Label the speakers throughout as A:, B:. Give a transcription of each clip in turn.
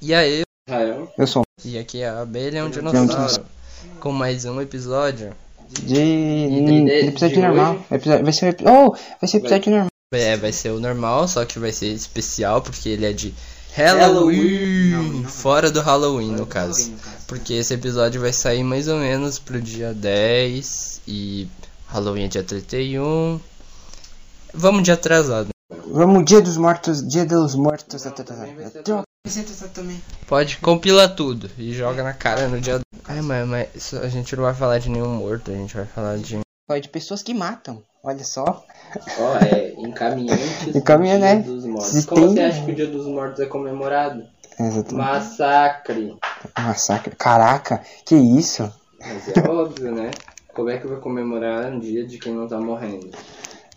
A: E aí,
B: Israel.
C: Eu sou
A: e aqui é a abelha é um dinossauro. Com mais um episódio.
C: de.
B: de-
C: episódio
B: de
C: normal.
B: hoje?
C: Episódio- Vai ser. Oh! Vai ser episódio normal.
A: É, vai ser o normal, só que vai ser especial porque ele é de Halloween. Fora do Halloween, no caso. Porque esse episódio vai sair mais ou menos pro dia 10 e Halloween é dia 31. Vamos de atrasado.
C: Vamos, dia dos mortos. Dia dos mortos. tá, tá, tá, tá. Droga.
A: Pode compilar tudo e joga na cara no dia. Ai, mas, mas isso- a gente não vai falar de nenhum morto, a gente vai falar de.
C: Fala de pessoas que matam. Olha só.
B: Ó, é encaminhantes
C: Encaminha,
B: do
C: né?
B: Dia dos Mortos.
C: Se
B: Como
C: tem-
B: você acha que o Dia dos Mortos é comemorado?
C: Exatamente.
B: Massacre.
C: Massacre. Caraca, que isso?
B: Mas é óbvio, né? Como é que vai comemorar um dia de quem não tá morrendo?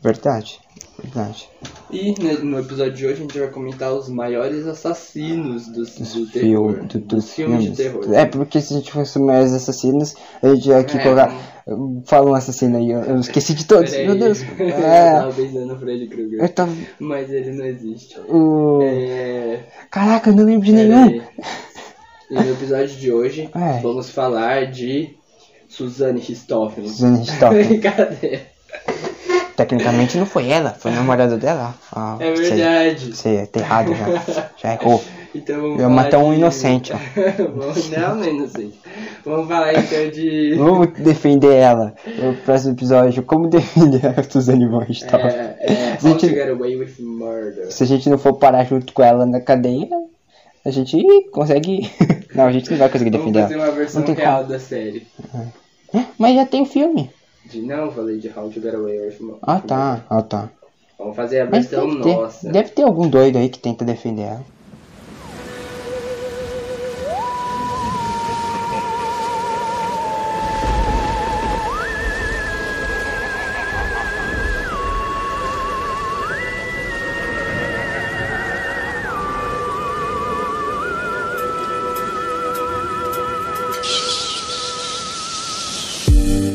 C: Verdade. Verdade.
B: E né, no episódio de hoje a gente vai comentar os maiores assassinos do, do terror.
C: Fio do,
B: dos
C: dos
B: filmes
C: filmes.
B: de terror.
C: É, porque se a gente fosse mais assassinos, a gente ia aqui
B: É.
C: colocar. Fala um assassino aí, eu, eu esqueci de todos.
B: Peraí.
C: Meu Deus.
B: eu
C: É,
B: tava pensando no Freddy Krueger.
C: eu tava.
B: Mas ele não existe.
C: o-
B: É...
C: Caraca, eu não lembro de
B: Pera
C: nenhum.
B: aí. E no episódio de hoje,
C: É.
B: vamos falar de Suzanne Ristoffen.
C: Suzanne Ristoffen.
B: Brincadeira.
C: então, Tecnicamente não foi ela, foi a namorada dela. Ah,
B: É
C: você-
B: verdade.
C: Você tá errado já. Já errou.
B: Então vamos falar
C: Eu matar um
B: de-
C: inocente, ó.
B: Vamos- não, não é inocente. Vamos falar então de...
C: Vamos defender ela. No próximo episódio, como defender a Suzane von Ristoffen?
B: É, é,
C: Se a
B: How to
C: gente-
B: Get Away with Murder.
C: tá Se a gente não for parar junto com ela na cadeia, a gente consegue. Não, a gente não vai conseguir
B: Vamos
C: defender
B: fazer um-
C: ela.
B: uma versão
C: Não tem
B: real da série.
C: Mas já tem o filme.
B: De, não, falei de How to Get Away with Murder.
C: Ah tá, ah tá.
B: Vamos fazer a
C: Mas
B: versão
C: deve
B: então, nossa.
C: ter, deve ter algum doido aí que tenta defender ela.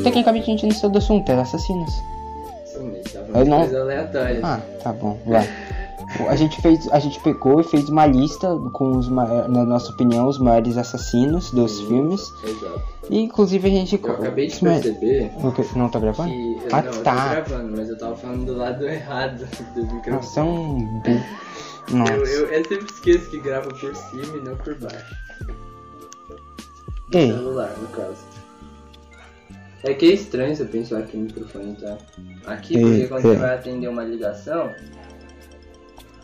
C: Tecnicamente a gente não saiu do assunto, era assassinos.
B: Sim, mas tava
C: Eu não-
B: tá coisa aleatória.
C: Ah, tá bom, vai. A gente fez, a gente pegou e fez uma lista com os, ma- na nossa opinião, os maiores assassinos dos filmes.
B: Exato.
C: E inclusive a gente
B: Eu acabei de
C: Isso, mas-
B: perceber...
C: O quê? Não tá gravando?
B: Que eu
C: ah,
B: não, Eu tô
C: tá.
B: gravando, mas eu tava falando do lado errado do microfone.
C: Nossa, é um bu- Nossa.
B: Eu, eu, eu sempre esqueço que grava por cima e não por baixo. Do
C: Ei.
B: celular, no caso. É que é estranho você pensar que o microfone tá aqui,
C: Ei,
B: porque quando você
C: ei.
B: vai atender uma ligação.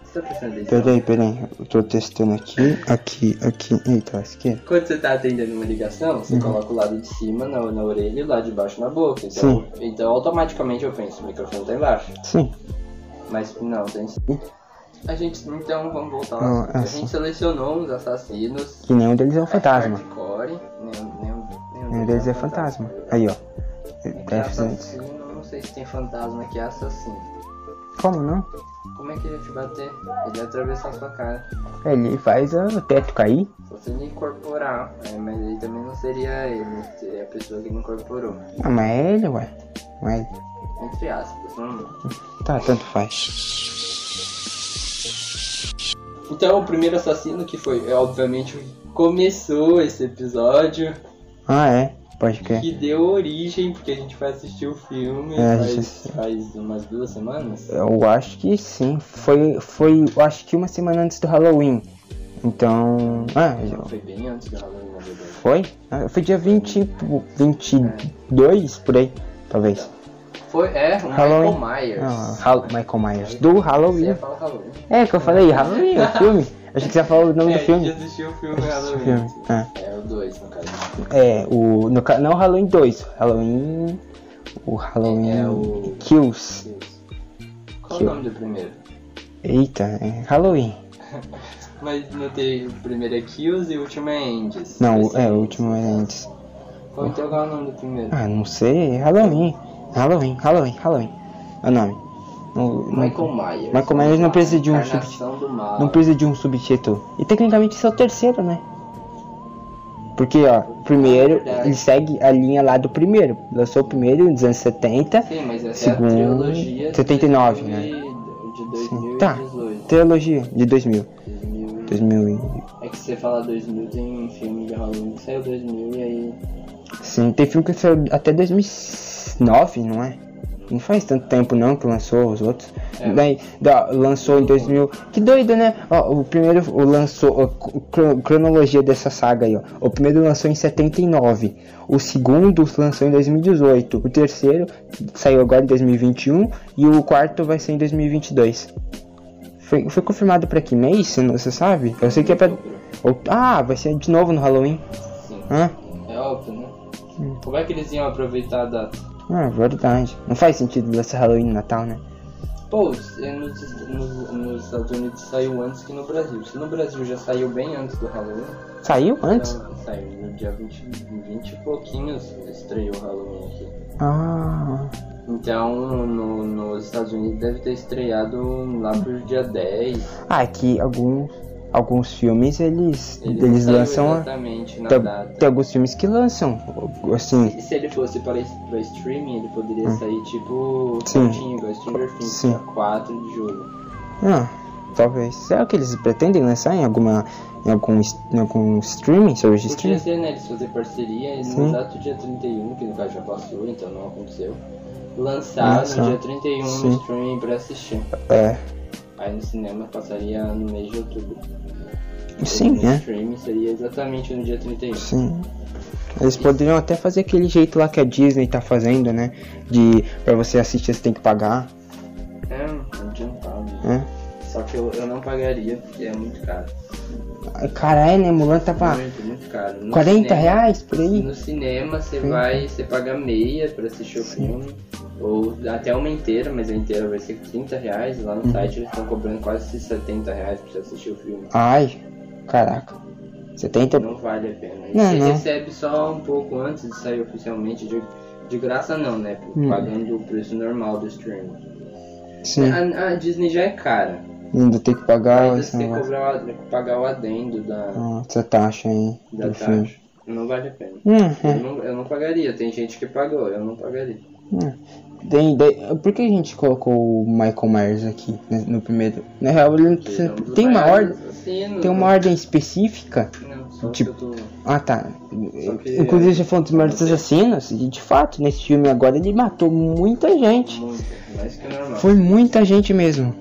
B: Você tá prestando atenção?
C: Peraí, peraí. Eu tô testando aqui, aqui, aqui. Eita, é. esquerda.
B: Quando você tá atendendo uma ligação, você
C: Uhum.
B: coloca o lado de cima na, na orelha e o lado de baixo na boca. Então, então automaticamente eu penso, o microfone tá embaixo.
C: Sim.
B: Mas não, tem sim. A gente, então, vamos voltar ao
C: Uhum. Não,
B: assunto.
C: é
B: A gente
C: assim.
B: selecionou uns assassinos.
C: Que nenhum deles é um fantasma.
B: Hardcore. Nenhum, nenhum,
C: Nenhum deles é fantasma. Aí, ó.
B: É
C: Deve ser-
B: assassino, eu não sei se tem fantasma que é assassino.
C: Como não?
B: Como é que ele vai te bater? Ele vai atravessar sua cara.
C: Ele faz ah, o teto cair.
B: Só se ele incorporar. É, mas ele também não seria ele, seria a pessoa que ele incorporou.
C: Ah, mas é ele, ué. Mas
B: Entre aspas, não.
C: tá, tanto faz.
B: Então, o primeiro assassino que foi, é, obviamente, começou esse episódio.
C: Ah, é. Pode crer.
B: que deu origem, porque a gente foi assistir o filme
C: É, a
B: faz,
C: gente-
B: faz umas duas semanas.
C: Eu acho que sim. Foi, foi, eu acho que uma semana antes do Halloween. Então. Ah,
B: Não,
C: já-
B: Foi bem antes do Halloween, na verdade.
C: foi? Ah, Foi dia 20, e pou- 22 por aí, talvez.
B: Foi, é, o
C: Halloween.
B: Michael Myers.
C: Ah, Hall- Michael Myers. Do
B: Você ia
C: Halloween.
B: falar Halloween.
C: É que eu falei, Halloween, o filme. Achei que você ia falar o nome
B: é,
C: do
B: a
C: filme.
B: gente assistiu o filme
C: Esse
B: Halloween.
C: filme, tá.
B: É, o 2, no caso.
C: É, o. No, ca- não o Halloween 2, Halloween. O Halloween
B: É, o-
C: Kills.
B: Qual
C: Que-
B: o nome do primeiro?
C: Eita, é Halloween.
B: Mas não tem o primeiro é Kills e o último é Andes.
C: Não,
B: Esse
C: é, o
B: Andes.
C: último é antes.
B: Ou então qual é o nome do primeiro?
C: Ah, não sei, Halloween. Halloween, Halloween, Halloween. É o nome. Não, não-
B: Michael Myers.
C: Michael
B: Vamos
C: Myers não
B: lá,
C: precisa de um
B: Encarnação do mal.
C: não precisa de um subtítulo. E tecnicamente esse é o terceiro, né? Porque, ó, primeiro, ele segue a linha lá do primeiro. Lançou o primeiro nos anos 70.
B: Sim, mas essa
C: Segundo,
B: é a trilogia. de
C: 79,
B: 2000 De
C: né? Sim.
B: 2018.
C: Tá, trilogia de 2000.
B: 2000 e-
C: 2000 e...
B: É que se você fala 2000, tem um filme de Halloween que saiu 2000 e aí.
C: Sim, tem filme que saiu até 2009, não é? Não faz tanto tempo não que lançou os outros.
B: É.
C: Daí, da- lançou em 2000. Que doido, né? Ó, o primeiro o lançou ó, cro- cronologia dessa saga aí, ó. O primeiro lançou em 79, o segundo lançou em 2018, o terceiro saiu agora em 2021 e o quarto vai ser em 2022. Foi, foi confirmado pra que mês? Você não- Você sabe? Eu sei que é pra. ou- Ah, vai ser de novo no Halloween.
B: Sim.
C: Hã?
B: É óbvio, né? Como é que eles iam aproveitar a data?
C: Ah, verdade. Não faz sentido lançar Halloween no Natal, né?
B: Pô, é nos, nos, nos Estados Unidos saiu antes que no Brasil. Se no Brasil já saiu bem antes do Halloween,
C: Saiu antes?
B: então, saiu no dia 20, 20 e pouquinhos estreou o Halloween aqui.
C: Ah.
B: Então, no, nos Estados Unidos deve ter estreado lá pro dia 10.
C: Ah, aqui alguns, alguns filmes eles,
B: Ele
C: eles,
B: não saiu
C: lançam. a-
B: exatamente na
C: Tem,
B: data.
C: tem alguns filmes que lançam, assim.
B: E se ele fosse para, para streaming, ele poderia sair tipo
C: Hum. Sim.
B: curtinho, igual Stranger Things,
C: Sim.
B: dia 4 de julho.
C: Ah, talvez. Será que eles pretendem lançar em alguma. em algum, es- em algum streaming, serviço de
B: Podia
C: streaming?
B: ser, né? Eles fazer parceria e no
C: Sim.
B: exato dia 31, que no caso já passou, então não aconteceu. Lançar
C: Lançar.
B: no dia 31
C: Ah, tá. Sim.
B: no streaming pra assistir.
C: É.
B: Aí no cinema passaria no mês de outubro.
C: Sim,
B: no
C: né?
B: streaming seria exatamente no dia 31.
C: Sim. Eles poderiam até fazer aquele jeito lá que a Disney tá fazendo, né? De pra você assistir você tem que pagar,
B: É, adiantado.
C: né?
B: Só que eu, eu não pagaria, porque é muito caro.
C: Ai, Caralho, né? Mulan tava
B: Muito, muito caro. No
C: 40
B: cinema-
C: reais por aí?
B: No cinema você
C: Sim.
B: vai, você paga meia pra assistir o filme, ou até uma inteira, mas a inteira vai ser 30 reais. Lá no
C: Uhum.
B: site eles estão cobrando quase 70 reais pra você assistir o filme.
C: Ai, caraca. 70.
B: Não vale a pena. E
C: Então, Não,
B: você
C: não.
B: recebe só um pouco antes de sair oficialmente, de, de graça não, né?
C: Hum.
B: Pagando o preço normal do streaming.
C: Sim.
B: A,
C: Ah,
B: a Disney já é cara,
C: Ainda tem que pagar
B: ainda você
C: esse
B: tem que
C: negócio.
B: cobrar, o ad- pagar o adendo da,
C: Ah, essa taxa aí.
B: da
C: Do filme.
B: taxa. Não vale a pena. Eu
C: Uhum.
B: não, eu não pagaria, tem gente que pagou, eu não pagaria.
C: uhum. Tem, tem- por que a gente colocou o Michael Myers aqui né, no primeiro? Na real, ele não
B: é um
C: precisa- tem uma ordem.
B: assim,
C: Tem uma ordem específica?
B: tipo,
C: Tipo- Ah tá.
B: que-
C: Inclusive já falou dos maiores assassinos. E de fato, nesse filme agora ele matou muita gente.
B: muito, mais que normal.
C: Foi muita gente mesmo.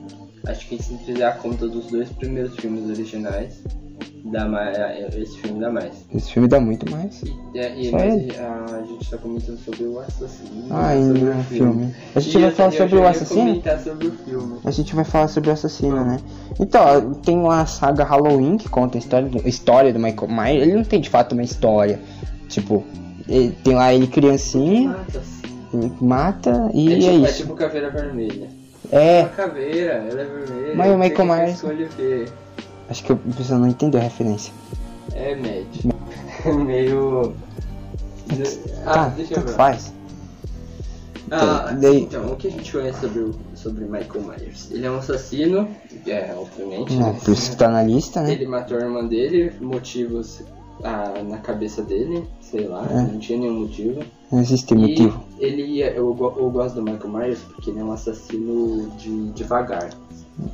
B: Acho que se fizer a conta dos dois primeiros filmes originais, dá mais, é, esse filme dá mais.
C: Esse filme dá muito mais.
B: E, é, e
C: Só
B: mas
C: ele?
B: a, a gente tá comentando sobre o assassino. né,
C: Ai,
B: sobre
C: não, filme. A gente
B: E assim,
C: vai
B: eu-
C: falar
B: eu
C: sobre
B: já
C: o
B: ia
C: assassino?
B: comentar sobre o filme.
C: A gente vai falar sobre o assassino, né? Então, ó, tem uma saga Halloween que conta a história do, história do Michael Myers. Ele não tem de fato uma história. Tipo, ele- tem lá ele
B: Ah,
C: criancinha,
B: Mata-se.
C: ele mata
B: É,
C: e é,
B: tipo, é
C: isso.
B: tipo caveira vermelha.
C: É,
B: Uma caveira, ela é vermelha.
C: Mas o
B: tem
C: Michael
B: que
C: Myers-
B: escolhe o quê?
C: acho que o pessoal não entendeu a referência.
B: É médio. Meio.
C: Tá,
B: Ah, deixa eu
C: tanto
B: ver.
C: faz.
B: Ah,
C: Daí-
B: então, o que a gente conhece sobre, o- sobre Michael Myers? Ele é um assassino, é, obviamente.
C: Não,
B: né?
C: por isso que tá na lista, né?
B: Ele matou a irmã dele, motivos ah, na cabeça dele, sei lá,
C: É.
B: não tinha nenhum motivo.
C: Não existe motivo.
B: E ele, é- eu, go- eu gosto do Michael Myers porque ele é um assassino de, devagar.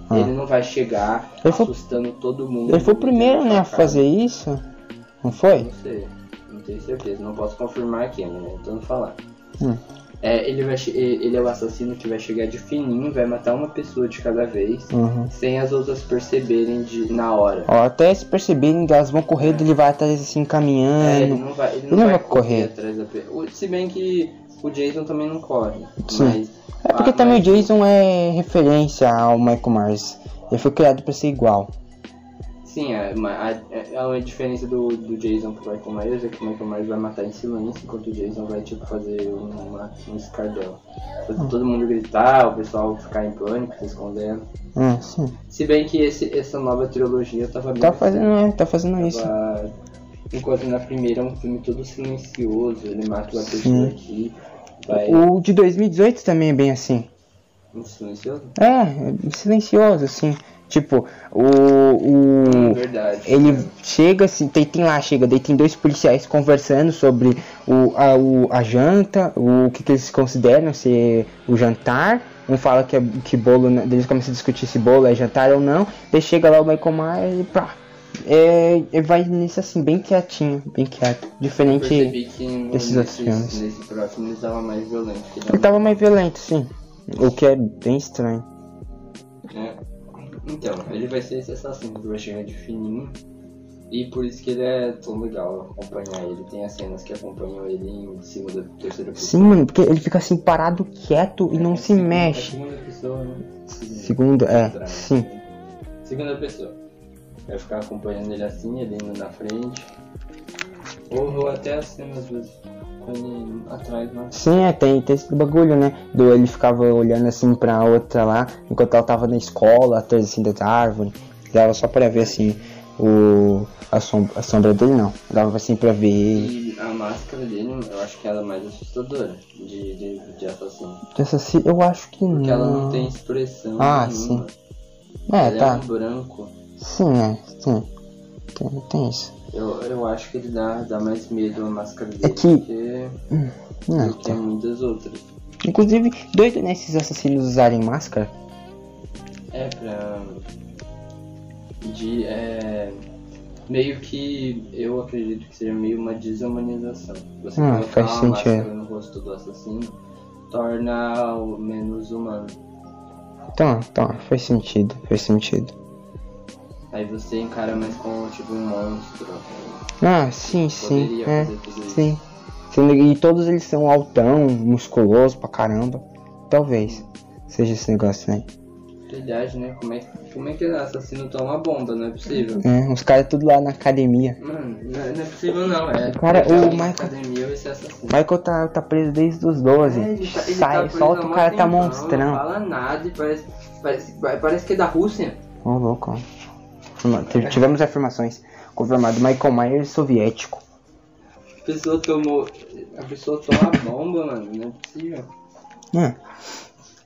C: Ah.
B: Ele não vai chegar
C: Ele foi-
B: assustando todo mundo.
C: Ele foi o primeiro, né, a
B: Cara,
C: fazer isso. Não foi?
B: Não sei, não tenho certeza, não posso confirmar aqui, né? Tentando falar.
C: Hum.
B: É, ele, vai, che- e- ele é o assassino que vai chegar de fininho, vai matar uma pessoa de cada vez,
C: Uhum.
B: sem as outras perceberem de, na hora.
C: Ó, até se perceberem que elas vão correndo, ele vai atrás assim,
B: É, ele
C: caminhando.
B: não vai, ele
C: ele
B: não
C: não
B: vai
C: vai
B: correr
C: correr.
B: atrás da pessoa. Se bem que o Jason também não corre.
C: Sim.
B: Mas,
C: É porque
B: ah,
C: também o
B: mas-
C: Jason é referência ao Michael Myers. Ele foi criado pra ser igual.
B: Sim, a, a, a, a diferença do, do Jason pro Michael Myers é que o Michael Myers vai matar em silêncio, enquanto o Jason vai tipo fazer uma, um escardel.
C: Hum.
B: Fazer Então, todo mundo gritar, o pessoal ficar em pânico, se escondendo.
C: É, sim.
B: Se bem que esse, essa nova trilogia tava bem assim,
C: Tá fazendo, é, tá fazendo isso.
B: tava- Enquanto na primeira é um filme todo silencioso, ele mata o pessoa aqui, vai.
C: O de 2018 também é bem assim.
B: Um silencioso?
C: É, é silencioso, assim. Tipo, o. o
B: Verdade.
C: ele chega, se tem, tem lá, chega, daí tem dois policiais conversando sobre o, a, o, a janta, o que, que eles consideram ser o jantar. Um fala que, é, que bolo, né, eles começam a discutir se bolo é jantar ou não. Daí chega lá o Michael Myers e pá. É, é- vai nesse assim, bem quietinho, bem quieto.
B: Eu
C: Diferente.
B: percebi que no,
C: desses outros filmes.
B: nesse, nesse próximo ele tava mais violento. Que ele
C: Ele tava mais violento, sim. O que é bem estranho.
B: né? Então, ele vai ser esse assassino que vai chegar de fininho. E por isso que ele é tão legal acompanhar ele. Tem as cenas que acompanham ele em segunda, terceira
C: Sim, mano, porque ele fica assim parado, quieto e não se
B: Segunda-
C: mexe.
B: Segunda pessoa, né?
C: Segundo, é,
B: Contrário.
C: sim.
B: Segunda pessoa. Vai ficar acompanhando ele assim, ele indo na frente. Ou, ou até as cenas dos. Ele atrás, né?
C: Sim, é, tem, tem esse bagulho, né? Do ele ficava olhando assim pra outra lá, enquanto ela tava na escola, atrás assim das árvores. Dava só pra ver assim o. A sombra, a sombra dele não. Dava assim pra ver ele.
B: E a máscara dele, eu acho que ela é mais assustadora de, de, de assassino.
C: Pensa assim, eu acho que não.
B: Porque ela não tem expressão.
C: Hum. Ah,
B: nenhuma.
C: É,
B: Ela
C: tá.
B: um branco.
C: Sim, é, sim. Tem, tem isso.
B: Eu, eu acho que ele dá, dá mais medo a máscara dele
C: É que- É, tá.
B: do que,
C: Não,
B: do que muitas outras.
C: Inclusive, doido nesses assassinos usarem máscara.
B: É pra. De. É, meio que. Eu acredito que seja meio uma desumanização. Você
C: Ah,
B: colocar
C: faz
B: uma
C: sentido.
B: máscara no rosto do assassino torna o menos humano.
C: Tá, tá, faz sentido, faz sentido.
B: Aí você encara mais como tipo um monstro.
C: Ah, sim, sim,
B: Poderia
C: é,
B: fazer tudo isso.
C: sim. Sendo- E todos eles são altão, musculoso pra caramba. Talvez seja esse negócio, né?
B: Verdade, né? Como é, que- como é que o assassino toma bomba? Não é possível.
C: É, os caras tudo lá na academia.
B: Mano, não é não é possível não, é.
C: Cara,
B: Pegar
C: o
B: alguém
C: Michael-
B: da academia vai ser assassino.
C: Michael tá, tá preso desde os 12.
B: É, ele tá- ele tá
C: Sai,
B: preso há
C: solta, o
B: mó
C: cara tá
B: tempão, Não
C: monstrão.
B: fala nada e parece, parece, parece que é da Rússia.
C: Ô, louco. ó. Afirma- t- Tivemos afirmações. Confirmado, Michael Myers soviético.
B: A pessoa tomou. A pessoa toma bomba, mano. Não é possível.
C: É,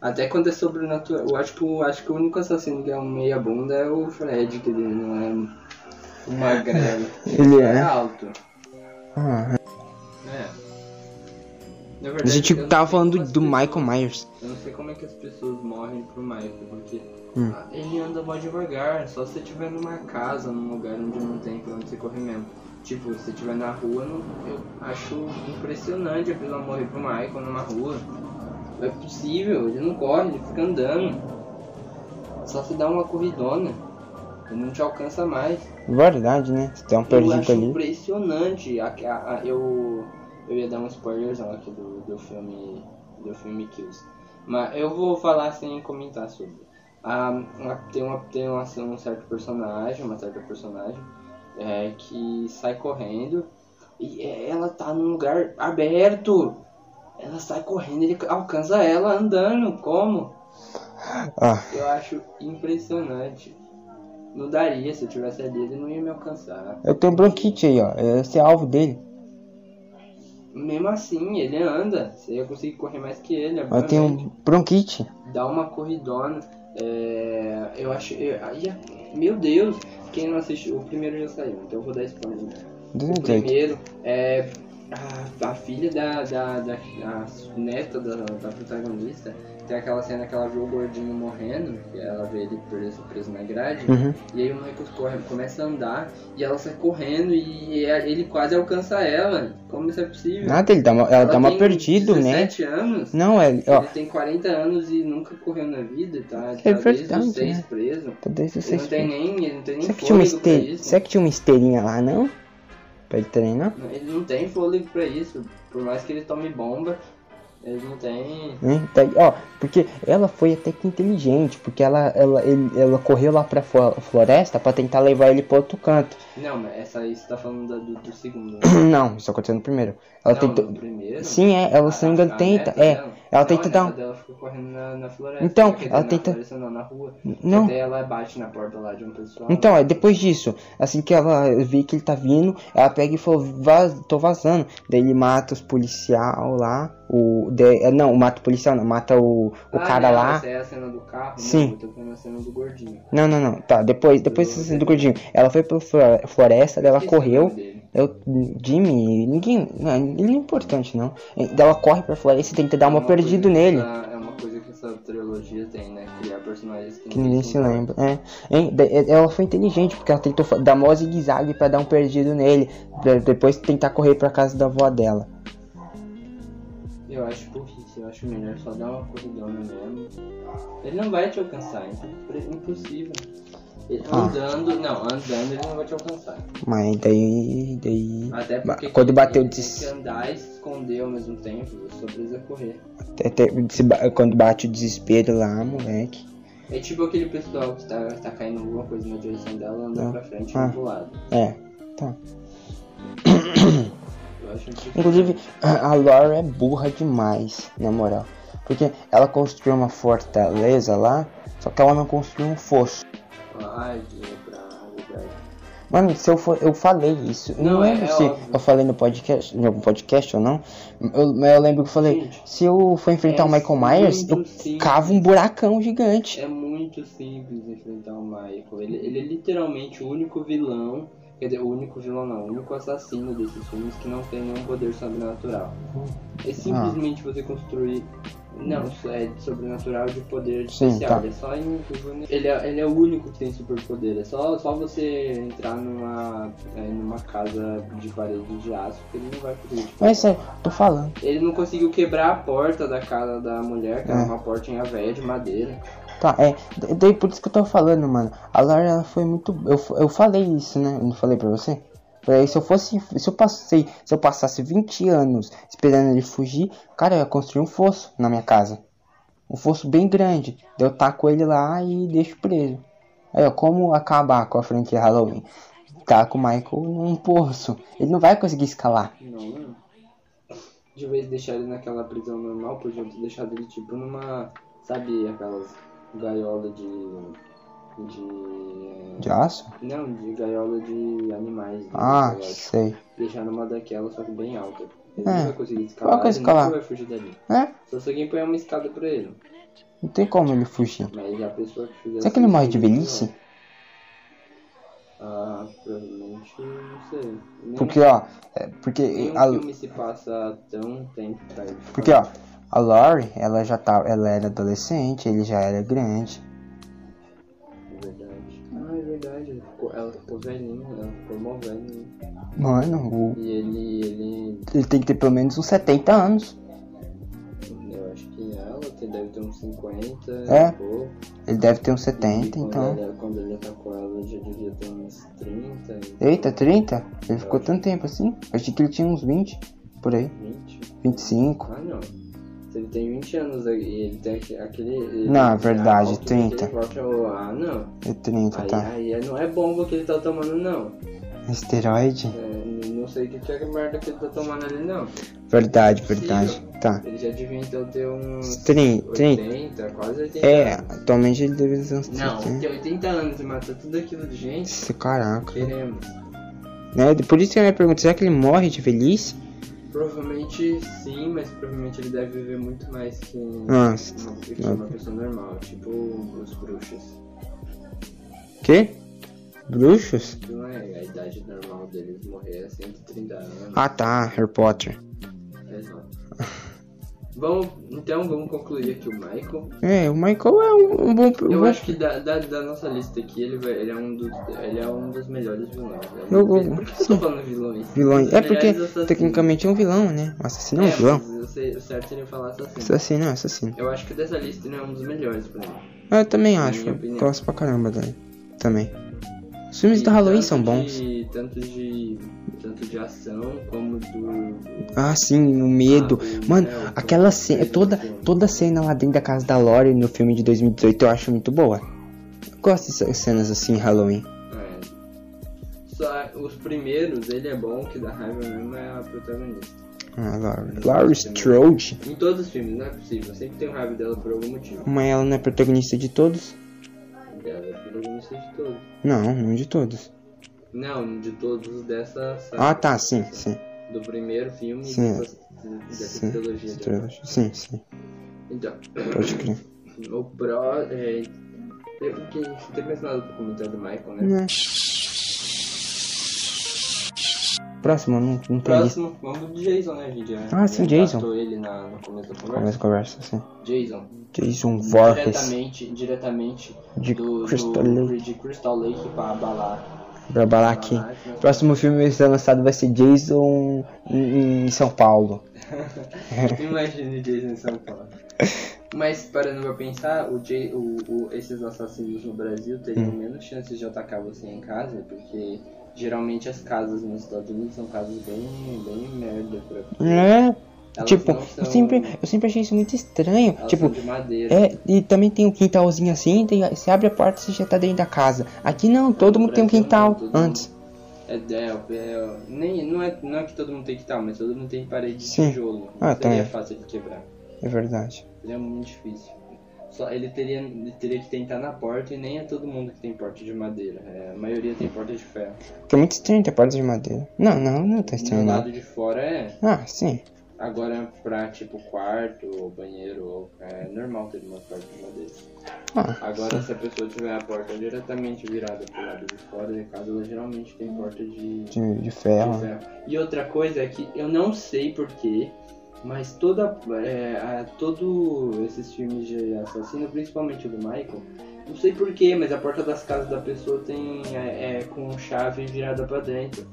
B: Até quando é sobrenatural. Eu acho, que o- acho que o único assassino que é um meia bunda é o Fred, que ele não é um magrelo.
C: ele
B: É
C: é.
B: alto.
C: Ah,
B: É. Na
C: a
B: verdade,
C: gente
B: eu não
C: tava
B: sei
C: falando
B: como as
C: do
B: pessoas-
C: Michael Myers.
B: Eu não sei como é que as pessoas morrem pro Michael, né? porque
C: Hum.
B: ah, ele anda mó devagar, é só se você estiver numa casa, num lugar onde não tem pra onde você correr mesmo. Tipo, se você estiver na rua, não- eu acho impressionante a pessoa morrer pro Michael numa rua. Não é possível, ele não corre, ele fica andando. Só se dá uma corridona, ele não te alcança mais.
C: Verdade, né? Se tem um
B: Eu
C: perdido
B: acho
C: ali.
B: impressionante. A, a- a- eu, eu ia dar um spoilerzão aqui do, do filme do filme Kills. Mas eu vou falar sem comentar sobre. Ah, uma- tem uma, tem uma, um certo personagem, uma certa personagem, é, que sai correndo e ela tá num lugar aberto. Ela sai correndo, ele alcança ela andando. Como?
C: Ah,
B: Eu acho impressionante. Não daria, se eu tivesse ali, ele não ia me alcançar.
C: eu tenho um bronquite aí, ó. Esse é alvo dele.
B: Mesmo assim, ele anda. Você ia conseguir correr mais que ele,
C: Eu
B: obviamente.
C: tenho um bronquite.
B: Dá uma corridona. É... Eu acho... eu- aí é- Meu Deus! Quem não assistiu... O primeiro já saiu, então eu vou dar spoiler. O
C: 2008.
B: primeiro é... A, a filha da, da, da, a neta da, da protagonista tem aquela cena que ela vê o gordinho morrendo, e ela vê ele preso, preso na grade,
C: Uhum.
B: e aí o Michael corre, começa a andar, e ela sai correndo, e é, ele quase alcança ela. Como isso é possível?
C: Nada, ele dá uma, ela dá uma perdida, né?
B: 17 anos?
C: Não, ele, ó, tá
B: Ele tem 40 anos e nunca correu na vida, tá? Tá
C: É
B: desde
C: verdade,
B: os 6
C: né?
B: preso.
C: tá desde os
B: Ele
C: seis
B: não tem
C: pés.
B: nem, ele não tem nem
C: Será que tinha uma
B: fôlego pra
C: esteirinha?
B: isso.
C: Será que tinha uma esteirinha lá, não? Pra ele treinar?
B: Não, Ele não tem fôlego pra isso. Por mais que ele tome bomba, ele não tem.
C: Né? Tá aí, ó, porque ela foi até que inteligente, porque ela, ela, ele- ela correu lá pra fo- floresta pra tentar levar ele pro outro canto.
B: Não, mas essa aí você tá falando da- do, do segundo. né?
C: Não, isso aconteceu no primeiro. Ela
B: não,
C: tentou.
B: do primeiro.
C: Sim, é, ela se não me engano
B: A- a
C: tenta.
B: neta
C: É,
B: dela.
C: ela
B: Não,
C: tenta
B: a
C: dar
B: neta
C: um-
B: dela ficou correndo na, na floresta.
C: Então,
B: Quer dizer,
C: ela
B: na
C: tenta-
B: floresta não, na rua.
C: Não.
B: Até ela bate na porta lá de um pessoal.
C: Então, é depois disso, assim que ela vê que ele tá vindo, ela pega e fala, "Vaz- tô vazando. Daí ele mata os policial lá. o de, não, mata o policial, não, mata o, o
B: Ah,
C: cara
B: não,
C: lá.
B: Essa é a cena do carro? né?
C: Sim.
B: Eu tô falando a cena do gordinho.
C: Não, não, não. Tá, depois, depois dessa cena do gordinho. Ela foi pra flore- floresta, daí ela
B: Esqueci o nome
C: correu.
B: dele.
C: É o Jimmy, ninguém. Não, ele não é importante, não. E daí Ela corre pra floresta e tenta dar uma perdida
B: coisa que
C: nele.
B: essa- É uma coisa que essa trilogia tem, né? Criar personagens que,
C: Que ninguém se lembra, é. Hein, da- e- Ela foi inteligente, porque ela tentou fa- dar mó zigue-zague pra dar um perdido nele. pra depois tentar correr pra casa da avó dela.
B: Eu acho burrice, eu acho melhor só dar uma corridona mesmo. Ele não vai te alcançar, é impre- impossível. Ele,
C: Ah.
B: Andando, não, andando ele não vai te alcançar.
C: Mas daí. daí
B: Até
C: ba-
B: porque
C: quando bateu
B: ele
C: de,
B: tem que andar e se esconder ao mesmo tempo, só precisa correr.
C: até- de se ba- Quando bate o desespero lá, moleque.
B: É tipo aquele pessoal que tá, tá caindo alguma coisa na direção dela, anda
C: Ah.
B: pra frente e
C: Ah.
B: pro lado.
C: É, tá.
B: Eu acho um que
C: Inclusive, a Laura é burra demais, na moral. Porque ela construiu uma fortaleza lá, só que ela não construiu um fosso.
B: Ai, que é pra lembrar.
C: Mano, se eu for, eu falei isso. Eu Não,
B: Não, é-
C: lembro
B: é
C: se
B: óbvio.
C: eu falei no podcast, no podcast ou não. Eu, mas eu lembro que eu falei,
B: Gente,
C: se eu for enfrentar
B: é
C: o Michael Myers, eu
B: muito simples.
C: cavo um buracão gigante.
B: É muito simples enfrentar o Michael. Ele, ele é literalmente o único vilão. Quer dizer, o único vilão não, o único assassino desses filmes que não tem nenhum poder sobrenatural.
C: Ah.
B: É simplesmente você construir. Não, isso é de sobrenatural de poder
C: Sim,
B: especial.
C: tá.
B: É só em- ele, é, ele é o único que tem superpoder. É só, só você entrar numa, é, numa casa de parede de aço que ele não vai poder. te
C: Mas sério, tô falando.
B: ele não conseguiu quebrar a porta da casa da mulher, que era
C: É.
B: uma portinha velha de madeira.
C: Tá, é. da- Daí por isso que eu tô falando, mano. A Laura ela foi muito. Eu, f- eu falei isso, né? Eu não falei pra você? Falei, se eu fosse. Se eu passei. Se eu passasse 20 anos esperando ele fugir, cara, eu ia construir um fosso na minha casa. Um fosso bem grande. Daí eu taco ele lá e deixo preso. Aí, ó, como acabar com a franquia Halloween? Taco o Michael num poço. Ele não vai conseguir escalar.
B: Não, não. De vez de deixar ele naquela prisão normal, podia ter deixado ele tipo numa. Sabe aquelas gaiola de. De. eh,
C: De aço?
B: Não, de gaiola de animais. né?
C: Ah,
B: Eu acho.
C: sei.
B: Deixar numa daquela, só que bem alta. Ele
C: É.
B: não vai conseguir
C: Qual
B: escalar,
C: que é
B: ele nunca
C: escalar?
B: vai fugir dali.
C: É?
B: Só se alguém põe uma escada pra ele.
C: Não tem como ele fugir.
B: Mas a pessoa que fizer
C: Será que ele
B: isso,
C: morre de
B: não.
C: velhice?
B: Ah, provavelmente, não sei. Nem-
C: Porque, ó. é, porque.
B: Nenhum
C: A,
B: filme se passa tão tempo pra ele.
C: Porque, ó, a Lori, ela já tá, ela era adolescente, ele já era grande.
B: É verdade. Ah, é verdade. Ela ficou, ela ficou velhinha, ela ficou mó velhinha.
C: Mano, o-
B: E ele, ele.
C: ele tem que ter pelo menos uns 70 anos.
B: Eu acho que é ela tem, deve ter uns 50
C: É,
B: e pouco.
C: Ele deve ter uns
B: E
C: 70,
B: quando
C: então.
B: Ele, quando ele atacou ela, já devia ter uns 30,
C: Eita, 30? Ele ficou tanto tempo assim? Eu achei que ele tinha uns 20, por aí.
B: 20.
C: 25.
B: Ah, não. Se ele tem 20 anos aí, e ele tem aque- aquele. ele
C: Não, é
B: tem a
C: verdade,
B: altura que ele
C: 30.
B: corta o- Ah, não.
C: É 30,
B: Aí, né?
C: tá.
B: aí não é bomba que ele tá tomando, não.
C: Esteroide?
B: É, não sei o que que é que merda que ele tá tomando ali, não.
C: Verdade, verdade. Tá.
B: Ele já devia então ter uns
C: 30, 30.
B: 80, quase 80
C: É,
B: anos.
C: atualmente ele deve ter uns
B: Não,
C: 70.
B: ter 80 anos e matar tudo aquilo de gente, é,
C: Esse Caraca.
B: queremos.
C: Né? Por isso que eu ia perguntar, será que ele morre de velhice?
B: Provavelmente sim, mas provavelmente ele deve viver muito mais que uma,
C: Ah,
B: que uma pessoa normal, tipo os bruxos.
C: que? Bruxos?
B: Não é a idade normal deles morrer é 130 anos.
C: Ah tá, Harry Potter.
B: Exato. Vamos, então vamos concluir aqui o Michael.
C: É, o Michael é um, um bom.
B: Eu
C: um-
B: acho que da, da, da nossa lista aqui, ele, vai- ele, é, um dos, ele é um dos melhores vilões. né?
C: Eu-
B: Por
C: eu-
B: que eu tô falando vilões?
C: vilões.
B: Os
C: É porque
B: melhores assassinos.
C: tecnicamente é um vilão, né? Um assassino é um
B: É,
C: vilão.
B: mas eu sei- o certo seria falar assassino.
C: Assassino é um assassino.
B: Eu acho que dessa lista ele é um dos melhores pra mim.
C: Ah, Eu também
B: Na
C: acho.
B: minha
C: Eu
B: opinião.
C: gosto pra caramba dele. Também. Os filmes
B: E
C: do Halloween
B: tanto
C: são bons.
B: de- tanto, de, tanto de ação como do.
C: Ah, sim, o medo.
B: Ah, o-
C: Mano,
B: é, o-
C: aquela cena, toda,
B: filme.
C: toda cena lá dentro da casa da Lori no filme de 2018 eu acho muito boa. Eu gosto dessas cenas assim, em Halloween.
B: É. Só os primeiros, ele é bom, que dá raiva mesmo é a protagonista.
C: Ah, Laurie. Laurie Strode.
B: Em todos os filmes, não é possível. Eu sempre tenho raiva dela por algum motivo.
C: Mas ela não é protagonista de todos?
B: Ela é protagonista de todos.
C: Não, não de todos.
B: Não, de todos dessa. saga.
C: Ah, tá, sim, sim.
B: do primeiro filme
C: Sim,
B: e
C: é.
B: depois dessa
C: Sim,
B: trilogia. de-
C: trilogia. Sim, sim.
B: Então,
C: Pode crer.
B: o pró. É, eu fiquei até mencionado no comentário do Michael, né?
C: Né? Próximo, não, não tem lista.
B: Próximo, vamos do Jason, né, gente?
C: Ah, sim,
B: Já
C: Jason.
B: tratou ele na, no começo da conversa.
C: Começa a conversa, sim.
B: Jason,
C: Jason Voorhees,
B: diretamente, Hum, diretamente
C: De
B: do,
C: Crystal
B: do-
C: Lake.
B: de Crystal Lake pra abalar.
C: pra balar aqui. Próximo filme a ser lançado vai ser Jason em, em São Paulo.
B: Imagina o Jason em São Paulo. Mas parando pra pensar, o Jay, o, o- esses assassinos no Brasil teriam
C: Hum.
B: menos chances de atacar você em casa, porque geralmente as casas nos Estados Unidos são casas bem, bem merda. Pra...
C: É,
B: Elas
C: tipo,
B: não
C: eu,
B: são-
C: sempre, eu sempre achei isso muito estranho.
B: elas
C: tipo,
B: são de madeira.
C: é, e também tem um quintalzinho assim, tem, você abre a porta e você já tá dentro da casa. Aqui não, todo
B: No
C: mundo tem um
B: Brasil,
C: quintal
B: né? todo mundo-
C: antes.
B: É, é, é, nem, não, é, não é que todo mundo tem que tal, mas todo mundo tem parede de
C: Sim.
B: tijolo. Não
C: Ah,
B: seria
C: tá.
B: fácil de quebrar.
C: É verdade.
B: Seria muito difícil. Só ele teria, ele teria que tentar na porta e nem é todo mundo que tem porta de madeira. É, a maioria tem porta de ferro.
C: Porque é muito estranho ter porta de madeira. Não, não, não tá
B: Do
C: estranho não.
B: lado de fora é.
C: Ah, sim.
B: Agora pra tipo quarto ou banheiro ou- é normal ter uma porta de madeira.
C: Ah,
B: Agora se a pessoa tiver a porta diretamente virada pro lado de fora da casa, ela geralmente tem porta de, de
C: de, de ferro.
B: ferro. E outra coisa é que eu não sei porquê. Mas toda, é, a- todo esses filmes de assassino, principalmente o do Michael, não sei porquê, mas a porta das casas da pessoa tem é, é, com chave virada pra dentro.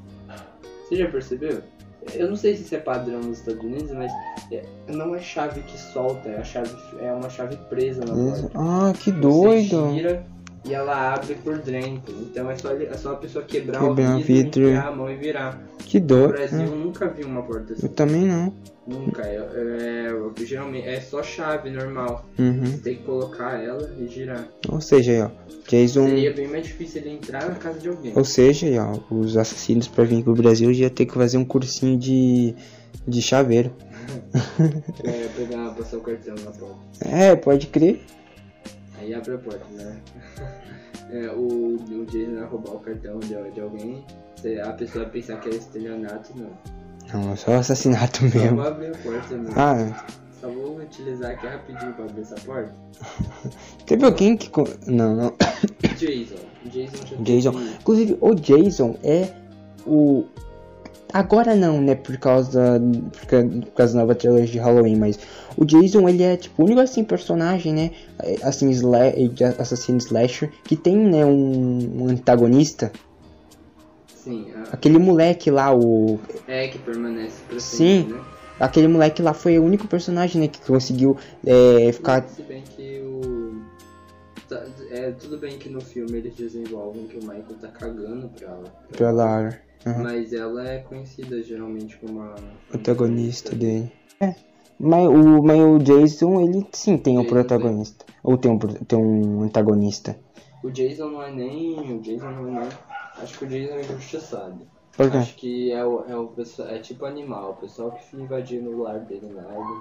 B: Você já percebeu? Eu não sei se isso é padrão nos Estados Unidos, mas é, não é chave que solta, é, a chave, é uma chave presa na
C: Isso.
B: porta.
C: Ah, que
B: Você
C: doido.
B: tira e ela abre por dentro. Então é só, ele- é só a pessoa quebrar,
C: Quebrar um
B: o
C: o
B: vidro,
C: vidro.
B: enfiar a mão e virar.
C: Que
B: No
C: doido.
B: Brasil,
C: Ah,
B: eu nunca vi uma porta assim.
C: Eu também não.
B: Nunca. É, é- geralmente é só chave normal.
C: Uhum.
B: Você tem que colocar ela e girar.
C: Ou seja, aí, ó. Jason.
B: Seria bem mais difícil ele entrar na casa de alguém.
C: Ou seja, aí, ó, os assassinos pra vir pro Brasil já ter que fazer um cursinho de. de chaveiro.
B: É, pegar, passar o cartão na porta.
C: É, pode crer.
B: Aí abre a porta, né? É, o, o Jason vai roubar o cartão de, de alguém. Você- A pessoa vai pensar que é estelionato, não.
C: Não, é só assassinato
B: Só vou
C: mesmo.
B: abrir a porta, né?
C: Ah,
B: Só vou utilizar aqui rapidinho pra abrir essa porta.
C: teve alguém que. co- Não, não.
B: Jason. Jason já
C: Jason.
B: teve-
C: Inclusive, o Jason é o. Agora não, né? Por causa. Por ca- por causa da nova trilogia de Halloween, mas o Jason ele é tipo o único assim personagem, né? eh, Assim, sla... de assassino slasher, que tem, né, um, um antagonista.
B: Sim, a-
C: Aquele moleque lá, o.
B: é que permanece pra
C: Sim.
B: sempre, né?
C: Aquele moleque lá foi o único personagem, né, que conseguiu eh, ficar.
B: Se bem que o. tá- é, tudo bem que no filme eles desenvolvem que o Michael tá cagando pra ela.
C: pela Aham.
B: Mas ela é conhecida geralmente como a.
C: Uhum. protagonista dele. É. Mas o, mas o Jason, ele sim tem um
B: Jason
C: protagonista. Ou tem um, pro- tem um antagonista.
B: O Jason não é nem. O Jason não é. Acho que o Jason é injustiçado.
C: Por quê?
B: Acho que é o, é o pessoal. É tipo animal, o pessoal que fica invadindo o lar dele na área.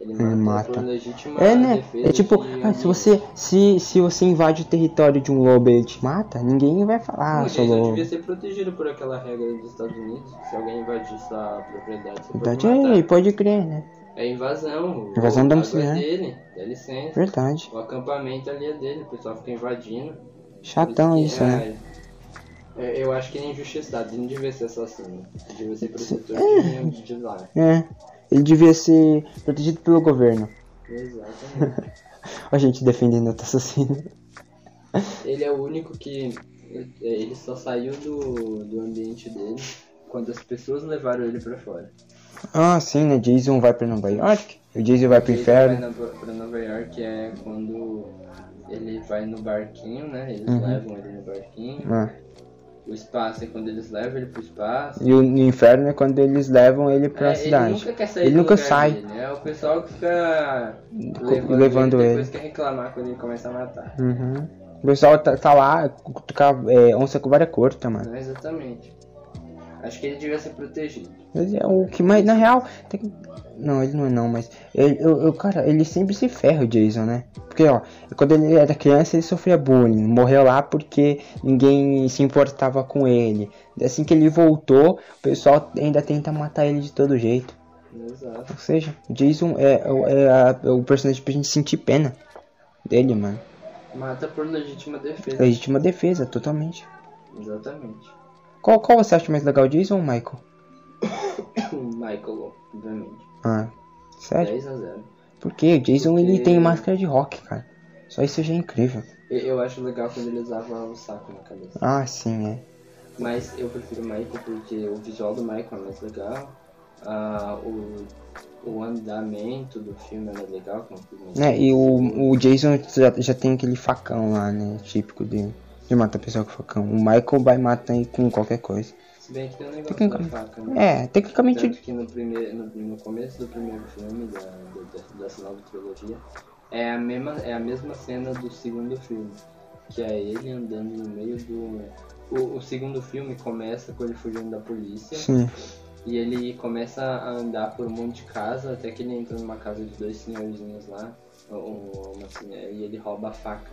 B: Ele mata,
C: mata.
B: por legítima
C: É, né?
B: defesa.
C: É tipo,
B: de
C: ah, se você se, se você invade o território de um lobo e ele te mata, ninguém vai falar, ah,
B: o
C: sou
B: Jason
C: lobo.
B: devia ser protegido por aquela regra dos Estados Unidos. Se alguém invadisse a propriedade, você
C: Verdade,
B: pode matar.
C: é, pode crer, né?
B: É invasão.
C: Invasão
B: o-
C: domiciliar.
B: a água É dele, dá licença.
C: Verdade.
B: O acampamento ali é dele, o pessoal fica invadindo.
C: Chatão isso, né?
B: É, é, eu acho que ele é injustiçado, ele não devia ser assassino. Ele devia ser protetor de, de lá.
C: É. Ele devia ser protegido pelo governo.
B: Exatamente.
C: A gente defendendo outro assassino.
B: ele é o único que. é, Ele só saiu do, do ambiente dele quando as pessoas levaram ele pra fora.
C: Ah, sim, né? Jason vai pra Nova York. O Jason vai pro
B: Ele
C: inferno.
B: vai na- pra Nova York é quando ele vai no barquinho, né? Eles
C: Uhum.
B: levam ele no barquinho.
C: Ah.
B: O espaço é quando eles levam ele pro espaço.
C: E o no inferno é quando eles levam ele pra
B: É,
C: cidade.
B: Ele nunca quer sair
C: Ele
B: do
C: nunca
B: lugar
C: sai.
B: dele, É o pessoal que fica levando,
C: levando
B: ele.
C: ele.
B: Depois quer reclamar quando ele começa a matar.
C: Uhum. O pessoal tá, tá lá, cutucar é, onça com várias corta, mano.
B: Não, exatamente. Acho que ele devia ser protegido.
C: Mas é o que mais. Na real, tem- não, ele não é não, mas. Ele, eu, eu- cara, ele sempre se ferra, o Jason, né? Porque, ó, quando ele era criança, ele sofria bullying. Morreu lá porque ninguém se importava com ele. Assim que ele voltou, o pessoal ainda tenta matar ele de todo jeito.
B: Exato.
C: Ou seja, o Jason é, o- é a- é o personagem pra gente sentir pena dele, mano.
B: Mata por legítima defesa.
C: Legítima defesa, totalmente.
B: Exatamente.
C: Qual, qual você acha mais legal, Jason ou Michael?
B: Michael, obviamente.
C: Ah, sério?
B: 10 a 0.
C: Porque o Jason ele
B: Porque-
C: tem máscara de rock, cara. Só isso já é incrível.
B: Eu, eu acho legal quando ele usava o saco na cabeça.
C: Ah, sim, é.
B: Mas eu prefiro o Michael porque o visual do Michael é mais legal. Ah, o, o andamento do filme é mais legal. Como filme.
C: Né, e o, o Jason já, já tem aquele facão lá, né? Típico dele. De matar pessoal com facão. O Michael vai matar ele com qualquer coisa.
B: Se bem que tem um negócio
C: Tecnicamente-
B: da faca, né?
C: É, tecnicamente.
B: Tanto que no, primeiro, no, no começo do primeiro filme, da, do- da- dessa nova trilogia, é a, mesma, é a mesma cena do segundo filme, que é ele andando no meio do... O, o segundo filme começa com ele fugindo da polícia,
C: Sim.
B: e ele começa a andar por um monte de casa, até que ele entra numa casa de dois senhorzinhos lá, um- uma senhora, e ele rouba a faca.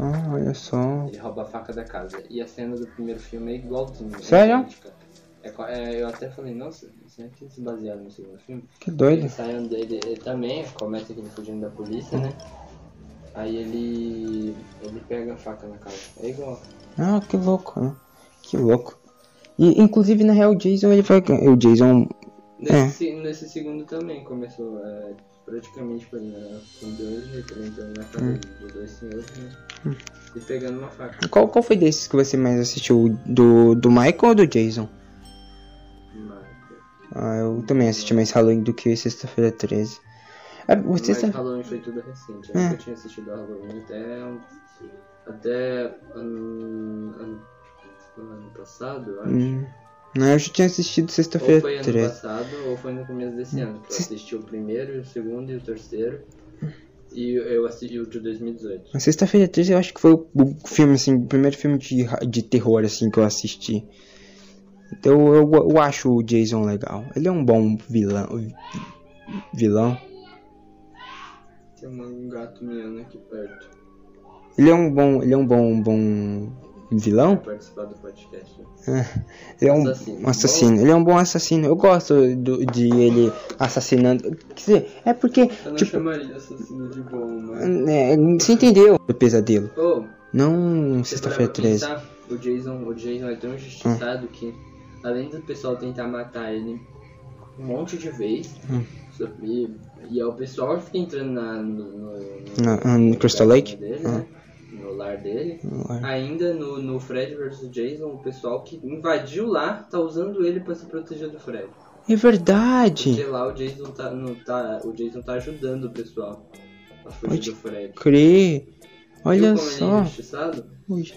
C: Ah, olha só.
B: Ele rouba a faca da casa. E a cena do primeiro filme é igualzinha. é
C: Sério?
B: idêntica. É co- é, eu até falei, nossa, será que eles se basearam no segundo filme?
C: Que
B: Ele
C: doido.
B: sai andando, ele, ele também começa aquele fugindo da polícia, né? Aí ele. ele pega a faca na casa. É igual.
C: Ah, que louco, né? Que louco. E inclusive na real o Jason ele vai. O Jason.
B: Nesse,
C: É.
B: se- nesse segundo também começou. é, praticamente foi na- com dois representando na casa
C: Hum.
B: de dois senhores, né? E pegando uma faca.
C: Qual, qual foi desses que você mais assistiu? O Do, do Michael ou do Jason?
B: Mas,
C: Ah, eu também assisti mais Halloween do que sexta-feira 13. Ah, o
B: Mas
C: sexta-
B: Halloween foi tudo recente. Eu
C: É.
B: nunca tinha assistido Halloween até. até. ano, ano, ano passado, eu acho.
C: Hum. Não, eu já tinha assistido
B: Ou
C: sexta-feira
B: foi ano
C: 13.
B: passado ou foi no começo desse ano. Que eu
C: Sim.
B: assisti o primeiro, o segundo e o terceiro. E eu assisti o de 2018.
C: Na sexta-feira 13 eu acho que foi o o filme, assim, o primeiro filme de, ra- de terror, assim, que eu assisti. Então eu, eu acho o Jason legal. Ele é um bom vilão. Vilão?
B: Tem um gato miando aqui perto
C: Ele é um bom. Ele é um bom. bom vilão?
B: pra participar do podcast. né.
C: Ele é um
B: Assassino.
C: assassino. Ele é um bom assassino. Eu gosto do- de ele assassinando. Quer dizer, é porque.
B: Eu não
C: Tipo,
B: chamaria assassino de bom, mas.
C: é, você entendeu o pesadelo.
B: Ô,
C: Não
B: Você parar pra
C: sexta-feira 13.
B: pensar, O Jason, o Jason é tão injustiçado que, além do pessoal tentar matar ele um monte de vez,
C: Hum.
B: so- e, e é o pessoal que fica entrando na, no, no-
C: Na- ah, no Crystal
B: lugar
C: Lake? Ah. Né.
B: Dele, né? No lar dele. Ainda no, no Fred vs Jason, o pessoal que invadiu lá tá usando ele pra se proteger do Fred.
C: É
B: Porque
C: verdade.
B: lá o Jason tá, não tá, o Jason tá ajudando o pessoal a
C: Pode
B: fugir do Fred.
C: Crê. Olha
B: Viu como Ele é
C: só.
B: injustiçado?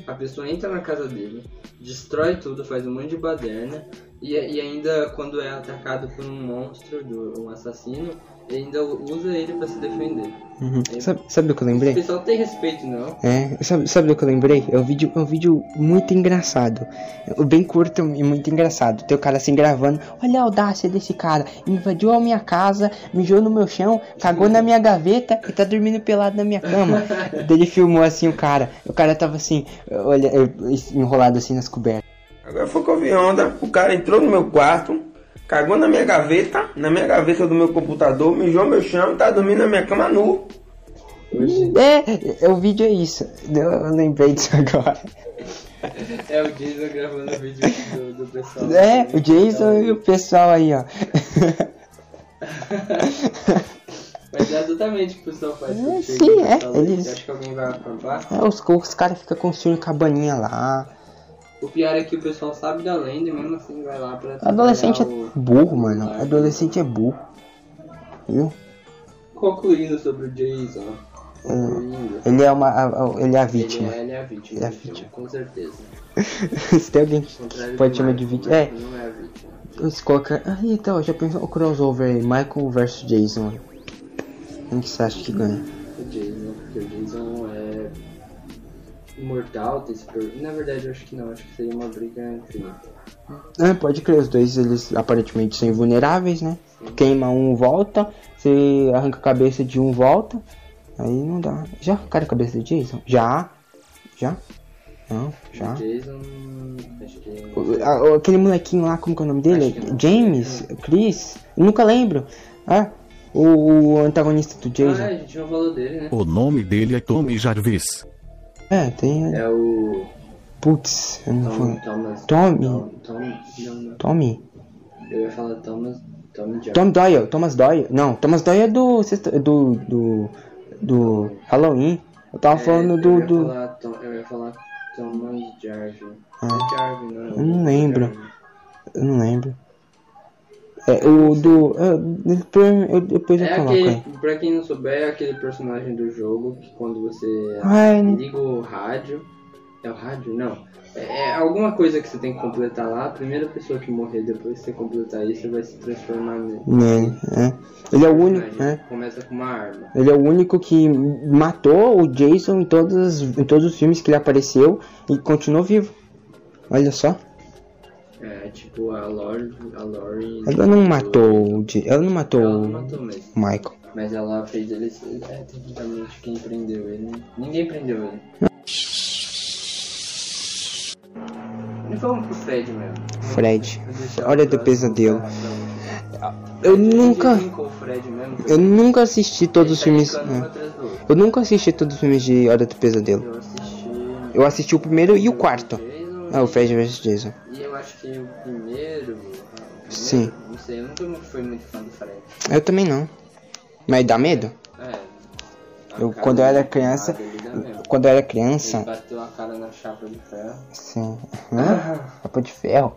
B: A pessoa entra na casa dele, destrói tudo, faz um monte de baderna, e, e ainda quando é atacado por um monstro, do- um assassino, ele ainda usa ele pra se defender.
C: Uhum. Sabe, sabe do que eu
B: O
C: lembrei?
B: pessoal tem respeito, não?
C: É, sabe, sabe do que eu lembrei? É um vídeo, é um vídeo muito engraçado. É Bem curto e muito engraçado. Tem o cara assim gravando. Olha a audácia desse cara. Invadiu a minha casa, mijou no meu chão, cagou na minha gaveta e tá dormindo pelado na minha cama. Daí Ele filmou assim o cara. O cara tava assim, olha, enrolado assim nas cobertas.
D: Agora foi que eu vi onda. O cara entrou no meu quarto, cagou na minha gaveta, na minha gaveta do meu computador, mijou meu chão, tá dormindo na minha cama nu.
C: É, é, o vídeo é isso. Eu, eu lembrei disso agora.
B: É o Jason gravando o vídeo do, do pessoal.
C: É, o Jason e o pessoal aí, ó.
B: Mas é exatamente o que o pessoal faz. quando
C: É,
B: chega
C: sim,
B: no
C: é,
B: salão.
C: eles-
B: Você acha que alguém vai acampar?
C: É, os, os caras ficam construindo cabaninha lá.
B: O pior é que o pessoal sabe da lenda e mesmo assim vai lá pra...
C: Adolescente é
B: trabalhar o-
C: burro, mano. Adolescente é burro. Viu?
B: Concluindo sobre o Jason. Concluindo.
C: Ele é uma. a- a- ele é a vítima.
B: Ele é, ele é a vítima.
C: Ele é a
B: do filme,
C: vítima.
B: Com certeza.
C: Se tem alguém que
B: Contrário
C: pode
B: do
C: chamar de
B: Michael,
C: vítima. É,
B: Michael Não é a vítima.
C: se coloca. Ah, então, já pensou o crossover aí? Michael versus Jason. Quem que você acha que ganha?
B: O Jason, porque o Jason é. mortal ter se per... Na verdade, eu acho que não. Acho que seria uma briga infinita.
C: É, pode crer, os dois eles aparentemente são invulneráveis, né? Tu queima um, volta. Você arranca a cabeça de um, volta. Aí não dá. Já arrancaram a cabeça do Jason? Já? Já? Não, já.
B: Jason. Acho que. é-
C: O- a- o- Aquele molequinho lá, como que é o nome dele?
B: Acho que não. É.
C: James? Chris? Eu nunca lembro. Ah, o, o antagonista do
B: Ah,
C: Jason.
B: a gente não falou dele, né?
E: O nome dele é Tommy Jarvis.
C: É, tem.
B: É o.
C: Putz, eu não
B: Tom,
C: vou.
B: Thomas.
C: Tommy.
B: Tom, Tom, não, não.
C: Tommy.
B: Eu ia falar Thomas. Tommy Jones.
C: Tom Doyle, Thomas Doyle. Não, Thomas Doyle é do. sexta- do. do. do Halloween. Eu tava falando
B: É, eu
C: do.
B: ia
C: do...
B: falar Tom- eu ia falar Thomas Jarvin.
C: Ah.
B: Jarvin, não. é
C: Eu não lembro. Eu não lembro. É, o do. é, depois eu, depois eu
B: É
C: coloco
B: aquele,
C: aí.
B: pra quem não souber, é aquele personagem do jogo que quando você
C: Ai, não-
B: liga o rádio. É o rádio? Não. É, é alguma coisa que você tem que completar lá. A primeira pessoa que morrer depois que você completar isso vai se transformar nele.
C: Nele, né? Ele é o único, né?
B: Começa com uma arma.
C: Ele é o único que matou o Jason em, todas, em todos os filmes que ele apareceu e continuou vivo. Olha só.
B: É tipo a Lori. A Lori tipo,
C: Ela não matou o Ja- Ela não matou
B: Ela não
C: o
B: matou mesmo.
C: Michael.
B: Mas ela fez ele. se- É, tecnicamente quem prendeu ele. né? Ninguém prendeu ele. Não vamos um pro Fred mesmo.
C: Fred.
B: Vou deixar
C: Hora
B: o
C: do
B: próximo
C: pesadelo.
B: pra- pra-
C: Eu nunca.
B: Quem com o Fred mesmo,
C: Eu nunca assisti todos
B: Ele
C: os
B: tá
C: filmes.
B: ficando um
C: né?
B: atrás do outro.
C: Eu nunca assisti todos os filmes de Hora do Pesadelo.
B: Eu assisti.
C: Eu assisti o primeiro e o quarto.
B: Jason,
C: Ah, o Fred vs Jason.
B: E eu acho que o primeiro. ah, o primeiro,
C: Sim.
B: Não sei, eu nunca fui muito fã do Fred.
C: Eu também não. Mas dá medo?
B: É. a
C: Eu,
B: cara
C: quando eu era
B: dele,
C: criança.
B: a cara dele dá mesmo.
C: Quando eu era
B: Ele
C: criança.
B: bateu a cara na chapa de ferro.
C: Sim. Hã? Chapa de ferro.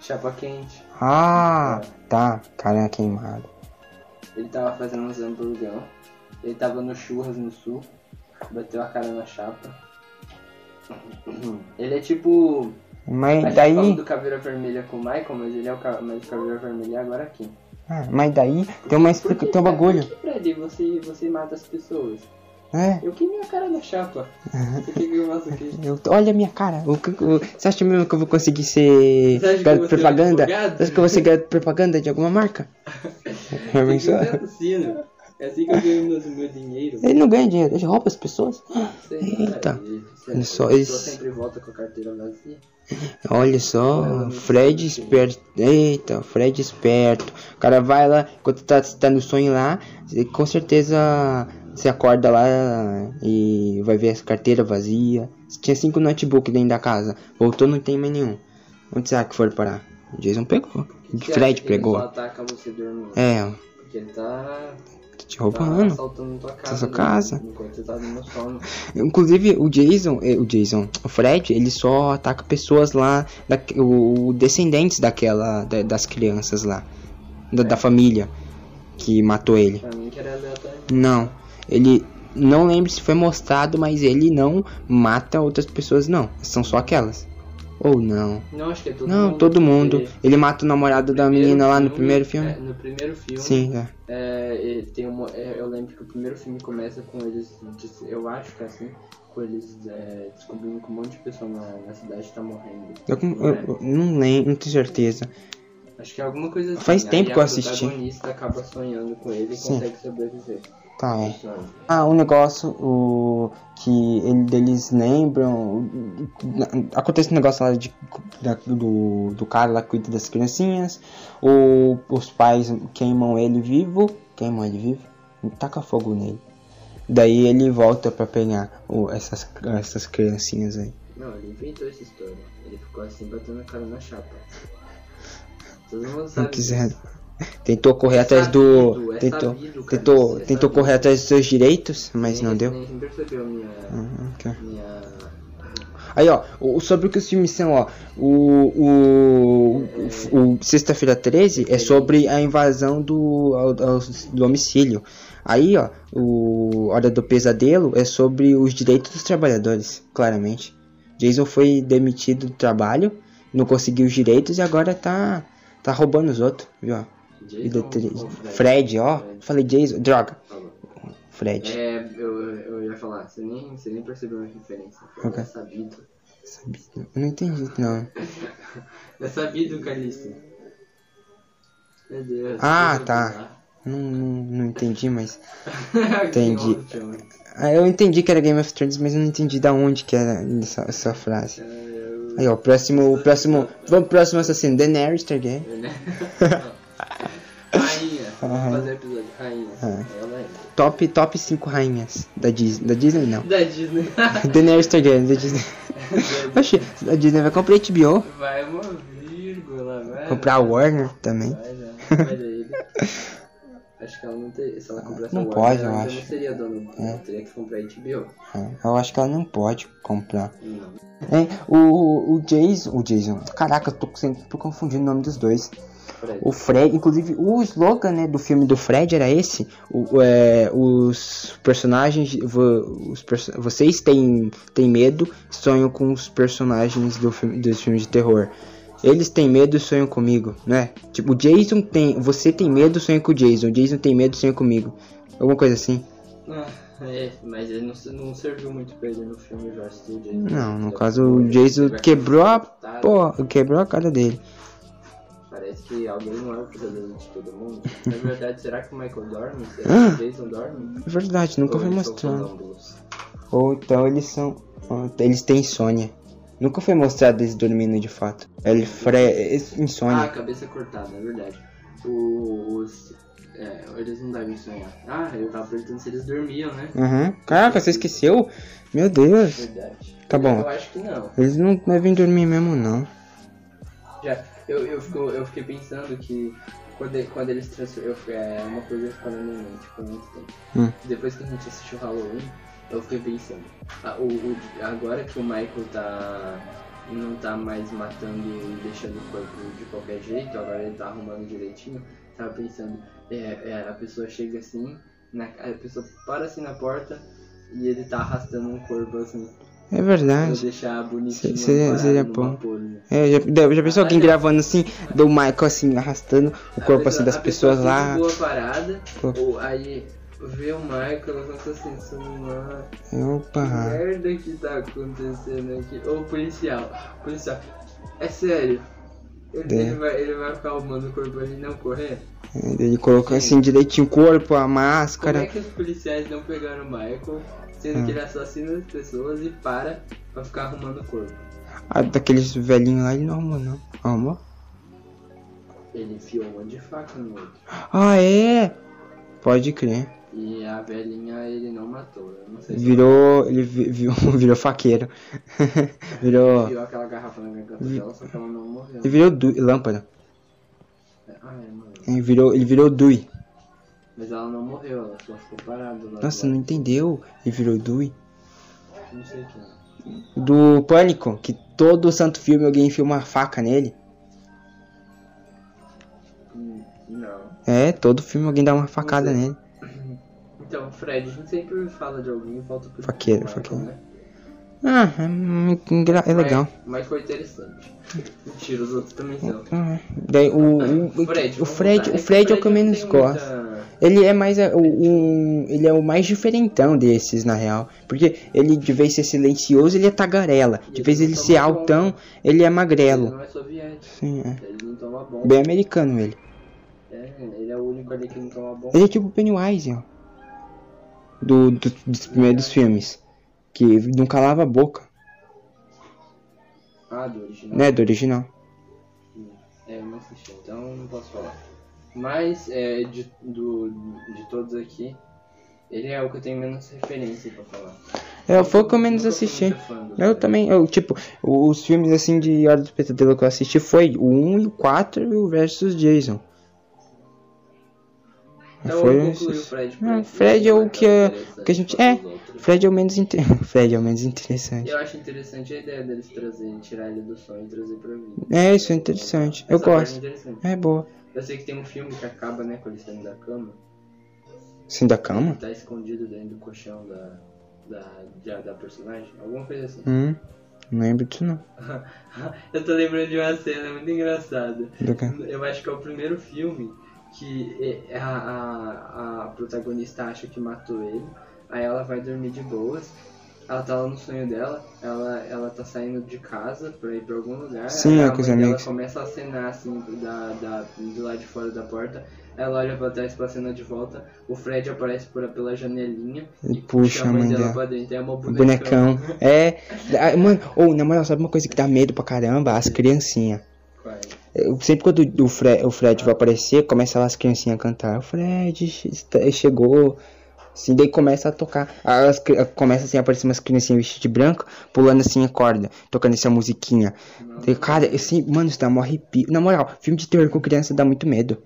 B: Chapa quente.
C: Ah, tá. Caramba, queimado.
B: Ele tava fazendo uns hamburgão. Ele tava no churras no sul. Bateu a cara na chapa. Ele é tipo. A
C: Mas
B: gente falou
C: daí.
B: do Caveira Vermelha com o Michael, mas ele é o, ca... mas o Caveira Vermelha é agora aqui.
C: Ah, mas daí tem uma explica... tem um bagulho.
B: Por que, Fred, você, você mata as pessoas?
C: É.
B: Eu queimei a cara na chapa. Por que que eu faço aqui?
C: Eu, olha a minha cara. O que- o- Você acha mesmo que eu vou conseguir ser
B: Você acha que
C: garoto
B: você é
C: propaganda?
B: advogado?
C: Você acha que eu vou ser garoto propaganda de alguma marca?
B: Eu
C: Realmente,
B: sou assassino. É assim que eu ganho meus- meu dinheiro.
C: Ele não ganha dinheiro, ele rouba as pessoas.
B: Sei
C: Eita.
B: lá, ele- sei
C: Ele
B: lá,
C: só-
B: a
C: ele-
B: pessoa sempre volta com a carteira vazia.
C: Olha só, Fred esperto. Eita, Fred esperto. O cara vai lá, enquanto tá, tá no sonho lá, cê- com certeza você acorda lá e vai ver essa carteira vazia. Tinha cinco notebooks dentro da casa. Voltou, não tem mais nenhum. Onde será que foram parar? O Jason pegou.
B: O que você acha
C: Fred
B: que ele
C: pegou.
B: só ataca você dormindo.
C: É,
B: Porque ele tá,
C: tá te
B: tá
C: roubando.
B: assaltando tua casa.
C: sua
B: né?
C: casa.
B: Enquanto você tá no sono.
C: Inclusive, o Jason, eh, o Jason, o Fred, ele só ataca pessoas lá, da, o, o descendentes daquela, da- das crianças lá, da,
B: É.
C: da família que matou ele.
B: Pra mim que era aleatório.
C: Não, ele, não lembro se foi mostrado, mas ele não mata outras pessoas não, são só aquelas. Ou não.
B: Não, acho que é todo mundo.
C: Não, todo mundo.
B: porque
C: Ele mata o namorado da
B: primeiro
C: menina lá no primeiro filme.
B: é, no primeiro filme.
C: Sim, é.
B: É, ele tem uma, é, eu lembro que o primeiro filme começa com eles, des- eu acho que é assim, com eles é, descobrindo que um monte de pessoa na, na cidade tá morrendo.
C: Eu, com-
B: Não
C: eu-
B: é?
C: eu não lembro, não tenho certeza.
B: Acho que é alguma coisa assim.
C: Faz tempo
B: aí
C: que eu
B: a
C: assisti.
B: protagonista acaba sonhando com ele e
C: Sim.
B: consegue sobreviver. né?
C: Tá, é.
B: Sonho.
C: Ah, um negócio o, que ele- eles lembram. Acontece um negócio lá de, da- do, do cara lá que cuida das criancinhas. O, os pais queimam ele vivo. Queimam ele vivo? Taca fogo nele. Daí ele volta pra pegar o- essas, essas criancinhas aí.
B: Não, ele inventou essa história. Ele ficou assim batendo a cara na chapa. Todo mundo sabe.
C: Não quiser. Tentou correr atrás do.
B: sabido, é
C: Tentou,
B: sabido, cara,
C: tentou,
B: isso é
C: tentou
B: sabido.
C: correr atrás dos seus direitos, mas
B: Nem-
C: não deu.
B: Nem percebeu minha.
C: Uhum, ok.
B: minha...
C: Aí, ó, o- sobre o que os filmes são, ó. O. O. o Sexta-feira 13 é sobre a invasão do, ao- ao- do homicídio. Aí, ó, o Hora do Pesadelo é sobre os direitos dos trabalhadores, claramente. Jason foi demitido do trabalho, não conseguiu os direitos e agora tá. tá roubando os outros, viu? ó. E
B: Jason
C: detri-
B: ou Fred?
C: Fred, ó. Falei Jason, droga.
B: Falou.
C: Fred.
B: É, eu, eu ia falar, você nem, você nem percebeu a referência.
C: Ok.
B: É sabido.
C: Sabido. Eu não entendi, não.
B: É sabido, Calixto. Meu Deus.
C: Ah,
B: deixa eu
C: tá.
B: pensar.
C: Não, não, não entendi, mas.
B: Que
C: Entendi.
B: ótimo.
C: Ah, eu entendi que era Game of Thrones, mas eu não entendi da onde que era essa, essa frase. Aí, ó, o próximo, o próximo. Vamos pro próximo assassino, Daenerys Targaryen.
B: É, né? Rainha.
C: Aham. Ah.
B: Vamos fazer episódio. Rainha. Ela é.
C: Top, top 5 rainhas da Disney. Da Disney não.
B: Da Disney.
C: Daenerys Targaryen, da Disney. Oxi, a Disney vai comprar HBO,
B: Vai uma vírgula, velho.
C: comprar a Warner também.
B: Vai, né? Vai daí. Acho que ela não teria. Se ela comprasse
C: Não
B: a Warner,
C: pode, eu
B: ela já
C: acho.
B: não seria dona. Ela teria que comprar a HBO.
C: É, Eu acho que ela não pode comprar.
B: Não.
C: Hein, o, o Jason. O Jason. Caraca, eu tô sempre confundindo o nome dos dois.
B: Fred.
C: O Fred, inclusive, o slogan né, do filme do Fred era esse. O, o, é, os personagens. vo- os perso- vocês têm, têm medo, sonham com os personagens do filme, dos filmes de terror. Eles têm medo, sonham comigo, né? Tipo, o Jason tem. Você tem medo, sonha com o Jason. O Jason tem medo, sonha comigo. Alguma coisa assim.
B: Ah, é, mas ele não, não serviu muito pra ele no filme Jorge do Jason.
C: Não, no caso o Jason quebrou a. Pô, quebrou a cara dele.
B: Parece que alguém não é o pesadelo de todo mundo. Na verdade, será que o Michael dorme? Será que o Jason dorme?
C: É verdade, nunca
B: Ou
C: foi
B: eles são
C: mostrado.
B: sonâmbulos?
C: Ou então eles são. ou então Eles têm insônia. Nunca foi mostrado eles dormindo de fato. Ele fre... é
B: Ah,
C: insônia.
B: cabeça cortada, é verdade. O- Os. É, eles não devem sonhar. Ah, eu tava perguntando se eles dormiam, né?
C: Aham. Caraca, você esqueceu? Meu Deus.
B: Verdade.
C: Tá bom.
B: Eu acho que não.
C: Eles não devem dormir mesmo, não.
B: Já, eu, eu, fico, eu fiquei pensando que quando, e- quando eles transformaram. É uma coisa que ficou na minha mente por muito tempo.
C: Hum.
B: Depois que a gente assistiu Halloween, eu fiquei pensando. ah, o, o- agora que o Michael tá. não tá mais matando e deixando o corpo de qualquer jeito, agora ele tá arrumando direitinho, tava pensando, é, é, a pessoa chega assim, na, a pessoa para assim na porta e ele tá arrastando um corpo assim,
C: É
B: pra
C: verdade.
B: deixar bonitinho.
C: seria-
B: parado
C: seria
B: numa
C: bom.
B: pose, né?
C: É, já, já- já pensou alguém
B: Aliás-
C: gravando assim, do Michael assim, arrastando o
B: A
C: corpo
B: pessoa-
C: assim das
B: a
C: pessoas
B: pessoa
C: lá.
B: Boa parada,
C: Pô.
B: ou aí vê o Michael levanta assim, celular. Que
C: Opa.
B: merda que tá acontecendo aqui. Ou o policial. Policial. É sério. Ele,
C: É.
B: ele vai, ele vai acalmando o corpo ali e não correr?
C: Ele colocou assim direitinho o corpo, a
B: Como
C: máscara.
B: é que os policiais não pegaram o Michael, sendo
C: Hum.
B: que ele assassina as pessoas e para pra ficar arrumando o corpo?
C: Ah, daqueles velhinhos lá, ele não arrumou, não. Arrumou?
B: Ele enfiou um monte de faca no outro.
C: Ah, é! Pode crer.
B: E a velhinha ele não matou. Eu não sei se
C: Virou. Ele vi- vi- virou faqueiro.
B: ele
C: virou.
B: enfiou aquela garrafa na garganta dela, só que ela não morreu.
C: Ele virou du, lâmpada.
B: Ah, é, mano.
C: Ele virou, ele virou Dui.
B: Mas ela não morreu, ela só ficou parada lá.
C: Nossa,
B: lá.
C: não entendeu? Ele virou Dui.
B: não sei quem. é.
C: Do Pânico, que todo santo filme alguém filma uma faca nele.
B: Hum, Não.
C: É, todo filme alguém dá uma facada nele.
B: Então, Fred, a gente sempre fala de alguém e volta pro
C: Faqueiro,
B: Michael,
C: faqueiro.
B: Né?
C: Ah, é, muito engra- é legal.
B: Mas- Mas foi interessante. Mentira, os outros também são.
C: Ah, é. Daí o, o, o, o
B: vamos
C: Fred,
B: voltar.
C: o Fred é o que eu
B: não
C: menos
B: tem
C: gosto.
B: muita-
C: Ele é mais é, o, um, ele é o mais diferentão desses na real, porque ele de vez ser silencioso ele é tagarela,
B: E
C: de
B: ele
C: vez
B: não
C: ele
B: toma
C: ser
B: bomba.
C: altão ele é
B: Ele
C: magrelo.
B: não é soviético.
C: Sim, é.
B: Ele não toma bomba.
C: Bem americano ele.
B: É, ele é o único ali que não toma bomba.
C: Ele é tipo o Pennywise, ó. Do, do- dos primeiros filmes, que não calava a boca,
B: Ah, do original.
C: né, do original.
B: É, eu não assisti, então não posso falar. Mas é, de, do, de todos aqui, ele é o que eu tenho menos referência pra falar.
C: É, foi o que eu menos
B: Nunca fui
C: assisti.
B: muito é fã do
C: Eu
B: Fred.
C: também, eu, tipo, os filmes assim de Hora do Pesadelo que eu assisti foi o 1 e o 4 e o versus Jason.
B: Então
C: foi
B: eu concluí o
C: esses.
B: Fred.
C: Ah,
B: porque
C: Fred é o que,
B: é
C: é-
B: interessante
C: que a gente.
B: pra
C: É,
B: todos os outros.
C: Fred é o menos inte- Fred é o menos interessante.
B: Eu acho interessante a ideia deles trazerem, tirar ele do sonho e trazer pra vida.
C: É, isso é interessante. Eu
B: Essa parte é
C: gosto.
B: interessante.
C: É boa.
B: Eu sei que tem um filme que acaba, né, com ele saindo da cama.
C: Sim, da
B: Ele
C: cama?
B: tá escondido dentro do colchão da, da, da, da personagem. Alguma coisa assim.
C: Hum, não lembro disso não.
B: Eu tô lembrando de uma cena muito engraçada.
C: Do que?
B: Eu acho que é o primeiro filme que é- a, a, a protagonista acha que matou ele, aí ela vai dormir de boas, ela tá lá no sonho dela, ela, ela tá saindo de casa pra ir pra algum lugar,
C: Sim,
B: aí
C: é
B: a
C: com os
B: mãe dela
C: amigos.
B: começa a acenar assim da, da, do lado de fora da porta, ela olha pra trás pra cena de volta, o Fred aparece por, pela janelinha
C: E puxa a mãe dela.
B: pra dentro, é uma
C: O bonecão. É. Ah, Mano, ou na moral, sabe uma coisa que dá medo pra caramba? As criancinhas. Eu- Sempre quando o Fred, o Fred vai aparecer, começa lá as criancinhas a cantar. O Fred che- está- chegou. Assim, daí começa a tocar. Aí As, cri- começa assim a aparecer umas criancinhas vestidas de branco, pulando assim a corda, tocando essa musiquinha. Daí, cara, eu sei, mano, isso dá mó arrepio. Na moral, filme de terror com criança dá muito medo.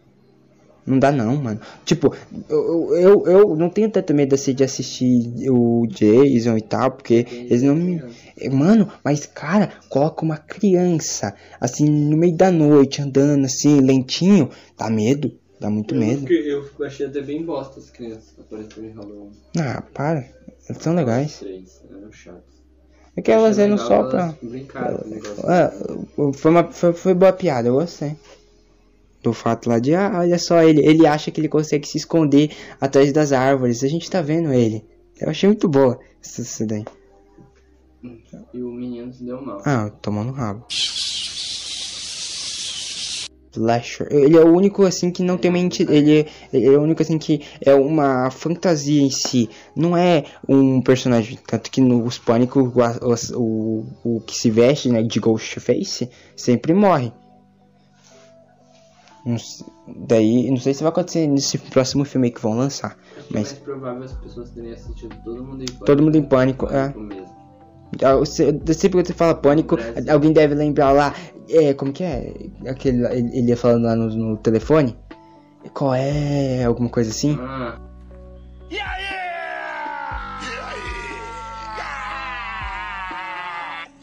C: Não dá não, mano. Tipo, eu, eu, eu- eu não tenho tanto medo assim de assistir o Jason e tal, porque eles não me. É, Mano, mas cara, coloca uma criança assim no meio da noite, andando assim, lentinho, dá medo. Dá muito
B: Eu,
C: medo.
B: fiquei- eu achei até bem bosta as crianças aparecendo em Halloween.
C: Ah, para. Eles são legais.
B: Três, eram chatos.
C: Aquelas
B: Achei
C: eram
B: é legal
C: só
B: elas
C: pra.
B: Brincaram né? com o negócio.
C: Ah, foi, uma, foi, foi boa piada, eu gostei. Do fato lá de, ah, olha só, ele, ele acha que ele consegue se esconder atrás das árvores. A gente tá vendo ele. Eu achei muito boa essa- essa daí.
B: E o menino se deu mal.
C: Ah, tomando rabo. Slasher. Ele é o único assim que não tem uma entidade. Ele, ele é o único assim que é uma fantasia em si. Não é um personagem. Tanto que nos pânicos o, o, o que se veste né, de Ghostface sempre morre. Não se- daí, não sei se vai acontecer nesse próximo filme aí que vão lançar.
B: Acho que é
C: Mas
B: mais provável as pessoas terem assistido todo mundo em
C: todo mundo em pânico. É.
B: pânico mesmo.
C: Ah, eu se- eu Sempre que você fala pânico,
B: Brasil.
C: alguém deve lembrar lá. É, como que é? Aquele, lá, ele, ele ia falando lá no, no telefone? Qual é? Alguma coisa assim?
B: Ah,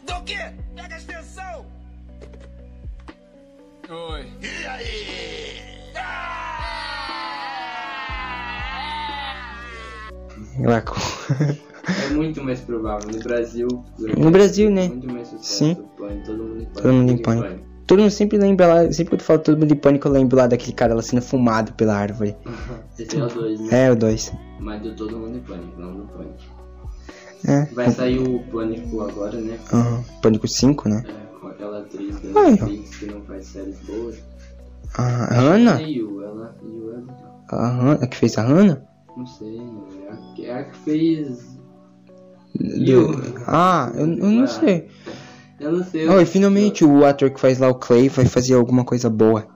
F: Do que? Pega a extensão! Oi. E aí?
B: Uhum.
C: Lá com-
B: é muito mais provável. No Brasil.
C: no Brasil, né?
B: Muito mais sucesso.
C: Sim.
B: do Pânico, todo mundo em pânico.
C: Todo mundo em pânico. Todo mundo sempre lembra lá. Sempre que eu falo todo mundo em pânico, eu lembro lá daquele cara lá sendo fumado pela árvore.
B: Esse é o 2, né?
C: É, o dois.
B: Mas do todo mundo em pânico, não do pânico.
C: É.
B: Vai sair o pânico agora, né?
C: Aham. Pânico 5, né?
B: É, com aquela atriz da
C: Ah, então.
B: Netflix que não faz séries boas.
C: Ah, A Hannah?
B: E o ela, e o ela,
C: A Hannah, a que fez a Hannah?
B: não sei, é a, que- é a que fez.
C: Do- Ah, eu, eu não
B: Ah,
C: sei.
B: Eu não sei.
C: Oh, e finalmente o ator que faz lá o Clay vai fazer alguma coisa boa.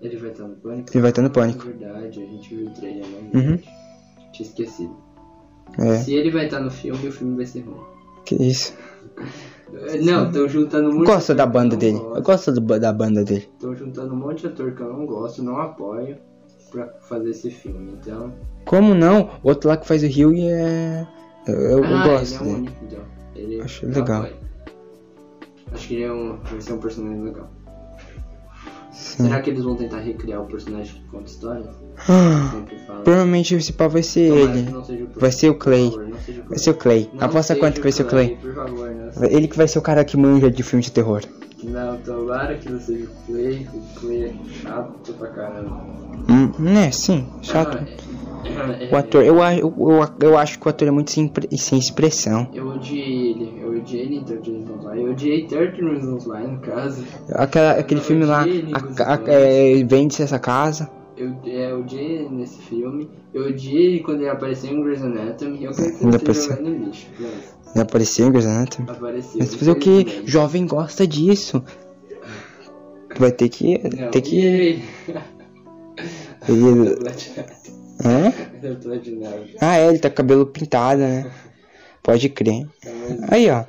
B: Ele vai estar no pânico?
C: Ele vai estar no pânico.
B: É verdade, a gente viu o trailer, né?
C: Uhum.
B: Tinha esquecido.
C: É.
B: Se ele vai estar no filme, o filme vai ser ruim.
C: Que isso?
B: É, Não, estão juntando
C: Eu
B: muito.
C: gosto da
B: ator que eu
C: banda
B: não
C: dele.
B: gosto.
C: Eu gosto do- da banda dele.
B: Estão juntando um monte de ator que eu não gosto, não apoio, pra fazer esse filme. Então.
C: Como não? O outro lá que faz o Rio é. Eu, eu
B: ah,
C: gosto
B: ele é
C: dele.
B: único, então. Ele
C: Acho legal.
B: apoia. Acho que ele é um, vai ser um personagem legal.
C: Sim.
B: Será que eles vão tentar recriar o personagem que conta história?
C: Ah,
B: Sempre fala.
C: Provavelmente esse pau vai ser
B: Tomara
C: ele.
B: que não seja o Clay,
C: Vai ser o
B: por
C: Clay.
B: favor, não seja o
C: Vai ser o Clay.
B: Não
C: Aposta
B: seja
C: quanto que vai ser o Clay.
B: Por favor, né?
C: Ele que vai ser o cara que manja de filme de terror.
B: Não, tomara que não seja o Clay. O Clay é chato pra caramba.
C: Hum, né, sim. Chato.
B: Ah, é- é-
C: O ator, eu, a- eu, eu, eu acho que o ator é muito sem, impre- sem expressão.
B: Eu odiei ele, eu odiei ele em 30 Reasons Why, eu odiei 30 Reasons Why no caso,
C: Aquela, aquele
B: Eu
C: filme lá,
B: odiei Amigos
C: a- a-
B: Dois.
C: é, vende-se essa casa.
B: eu, é, eu odiei ele nesse filme, eu odiei ele quando ele apareceu em Grey's Anatomy, eu quero que
C: Ainda
B: ele esteja
C: apareceu.
B: jogando no lixo, pronto,
C: Não apareceu em Grey's Anatomy.
B: apareceu.
C: Mas fazer o que?
B: infelizmente.
C: Jovem gosta disso. Vai ter que.
B: Não,
C: ter que.
B: e-
C: Ele, Hã?
B: Eu tô de nada.
C: Ah, é, ele tá com o cabelo pintado, né? Pode crer. Aí, ó.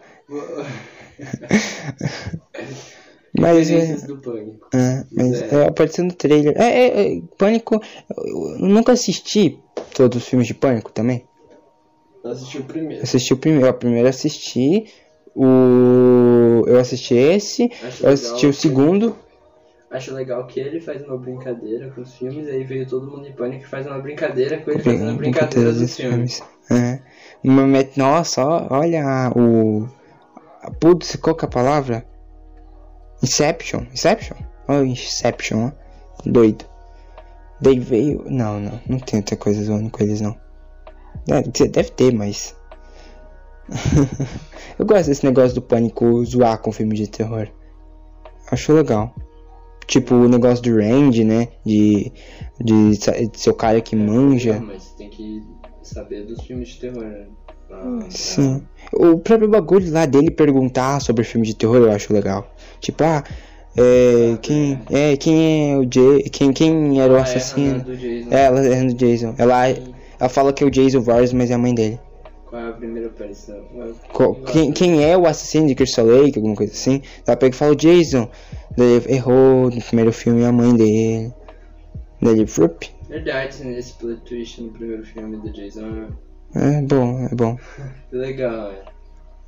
C: Mas é.
B: Referências do pânico.
C: é, mas é, apareceu no trailer. É, é, é, Pânico. Eu eu nunca assisti todos os filmes de Pânico também.
B: Eu assisti o
C: Eu
B: primeiro.
C: assisti o primeiro. O primeiro eu assisti. O. Eu assisti esse.
B: Acho
C: Eu assisti
B: legal.
C: o segundo.
B: Acho legal que ele faz uma brincadeira com os filmes, aí veio todo mundo em pânico e faz uma brincadeira com ele fazendo brincadeira é, né? dos filmes.
C: É. Uma met- Nossa, ó- olha a- o. a- Putz, qual que é a palavra? Inception. Inception? Olha o Inception, ó. Doido. Daí veio. Não, não, não tem outra coisa zoando com eles não. É, quer dizer, deve ter, mas. eu gosto desse negócio do pânico zoar com filme de terror. Acho legal. Tipo o negócio do Range, né? De. De, sa- de ser o cara que
B: Ah,
C: manja.
B: mas tem que saber dos filmes de terror, né? Pra- pra-
C: Sim. O próprio bagulho lá dele perguntar sobre filme de terror eu acho legal. Tipo, ah. É, quem é quem é o J quem quem era o
B: Ah, é,
C: assassino
B: a do Jason.
C: É, ela é do Jason ela ela fala que é o Jason Voorhees mas é a mãe dele
B: Qual é a primeira aparição? é
C: Co- quem, quem é o assassino de Crystal Lake, alguma coisa assim. Daí pega e fala o Jason. Daí ele errou no primeiro filme é a mãe dele. Daí ele, frup.
B: Verdade, né, esse plot twist no primeiro filme do Jason
C: É bom, é bom.
B: é legal, é.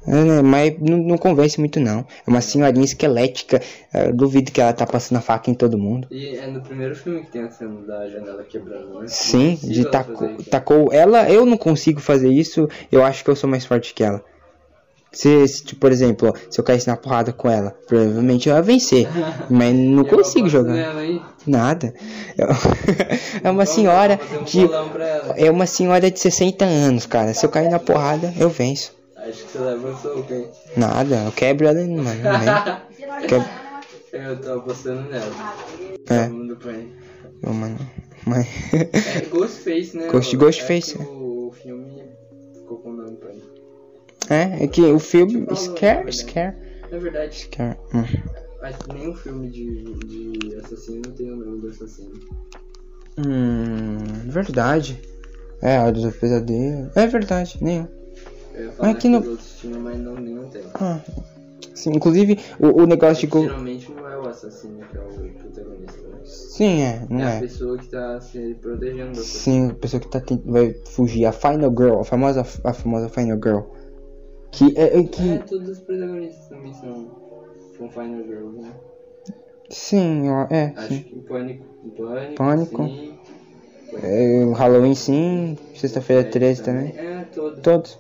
C: É, né, mas não, não convence muito não. É uma senhorinha esquelética. é, duvido que ela tá passando a faca em todo mundo.
B: E é no primeiro filme que tem a cena da janela quebrando, né?
C: Sim,
B: Impossível
C: de tá
B: ela
C: tacou,
B: fazer isso. né?
C: tacou ela, eu não consigo fazer isso, eu acho que eu sou mais forte que ela. Se, se, tipo, por exemplo, ó, se eu caísse na porrada com ela, provavelmente eu ia vencer, mas não
B: E é eu
C: consigo
B: aposto
C: jogar.
B: nela, hein?
C: Nada. É- É
B: né?
C: uma
B: Vamos,
C: senhora
B: vamos fazer um
C: de.
B: bolão pra ela.
C: É uma senhora de 60 anos, cara. Se eu cair na porrada, eu venço.
B: Acho que você leva o soco, hein?
C: Nada, eu quebro ela, mano. Não vem. Quebro.
B: Eu tô apostando nela.
C: É,
B: Todo mundo põe.
C: ô, mano. Mas.
B: É Ghostface, né?
C: Ghost-
B: o-
C: Ghostface,
B: É que o filme ficou com o nome pra ele.
C: É, é que o filme. Scare, scare,
B: Na verdade,
C: scare. Hum.
B: acho que nenhum filme de, de assassino tem o nome do assassino.
C: Hum, verdade. É, Hora do Pesadelo. É verdade, nenhum.
B: Eu ia falar
C: Aqui
B: que
C: no-
B: os outros tinham, mas não, um nenhum tem.
C: Ah. Sim, inclusive, o, o negócio de. go-
B: Geralmente não é o assassino que é o protagonista, né?
C: Sim, é, não
B: É a
C: é.
B: pessoa que tá se protegendo da pessoa.
C: Sim, a pessoa que tá tent- vai fugir, a Final Girl, a famosa, a famosa Final Girl. Que é, é
B: É,
C: que
B: todos os protagonistas também são com Final Girl, né?
C: sim, ó, é,
B: Acho
C: sim.
B: que Pânico, Pânico,
C: Pânico.
B: sim.
C: É, o Halloween sim, sexta-feira 13 também.
B: É, todos.
C: Todos.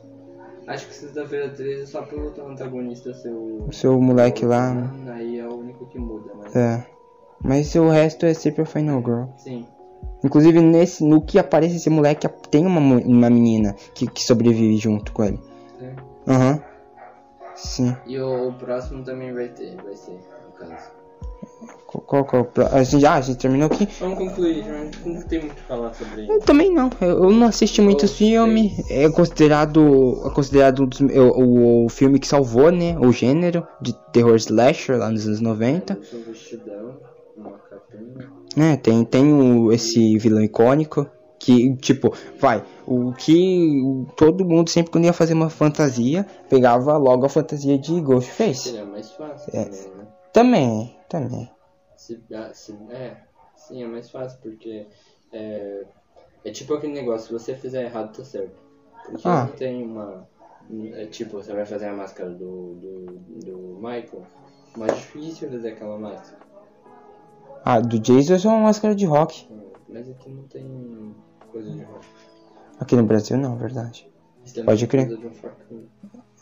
B: Acho que sexta-feira 13 é só pelo teu antagonista ser o.
C: O seu moleque lá, né?
B: Aí é o único que muda, mas.
C: é. Mas o resto é sempre a Final Girl.
B: Sim.
C: Inclusive nesse, no que aparece esse moleque tem uma, mu- uma menina que, que sobrevive junto com ele.
B: sim.
C: Aham. Sim.
B: é. E o, o próximo também vai ter, vai ser, no caso.
C: Qual, qual, qual, o pro- a gente, ah, a gente terminou aqui.
B: Vamos concluir, não, não tem muito o que falar sobre
C: Eu
B: isso.
C: também não. Eu eu não assisti muito
B: Gostei.
C: filme. É considerado, é considerado um dos, é o, o- o filme que salvou, né? O gênero de terror slasher lá nos anos 90.
B: Eu sou vestidão, uma capinha.
C: Né? Tem, tem o, esse vilão icônico. Que, tipo, vai, o que o- todo mundo sempre quando ia fazer uma fantasia, pegava logo a fantasia de Ghostface.
B: Seria mais fácil
C: É.
B: também, né?
C: Também, também.
B: Se, dá- se, é, sim, é mais fácil, porque é, é tipo aquele negócio, se você fizer errado, tá certo. Porque
C: Ah.
B: não tem uma. É tipo, você vai fazer a máscara do, do, do Michael, mais difícil é fazer aquela máscara.
C: Ah, do Jason é só uma máscara de rock.
B: Então, Mas aqui não tem coisa de rock.
C: Aqui no Brasil não, verdade.
B: Isso também
C: Pode crer.
B: precisa de um facão.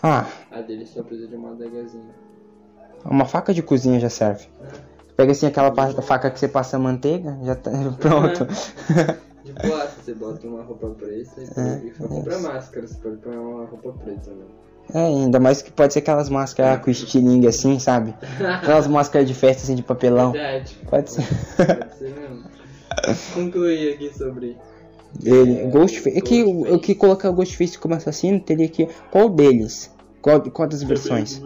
C: Ah,
B: A dele só precisa de uma adagazinha.
C: Uma faca de cozinha já serve. Pega assim aquela pa- faca que você passa manteiga, já tá pronto.
B: De boaça, você bota uma roupa preta e
C: É,
B: e só compra máscara, você pode pôr uma roupa preta, né?
C: é, ainda mais que pode ser aquelas máscaras com estilingue assim, sabe? Aquelas máscaras de festa assim de papelão.
B: Verdade.
C: Pode ser.
B: Pode ser mesmo. Concluir aqui sobre.
C: Ele, Ghostface. É que o eu que colocar o Ghostface como assassino teria que. Qual deles? Qual, qual das versões?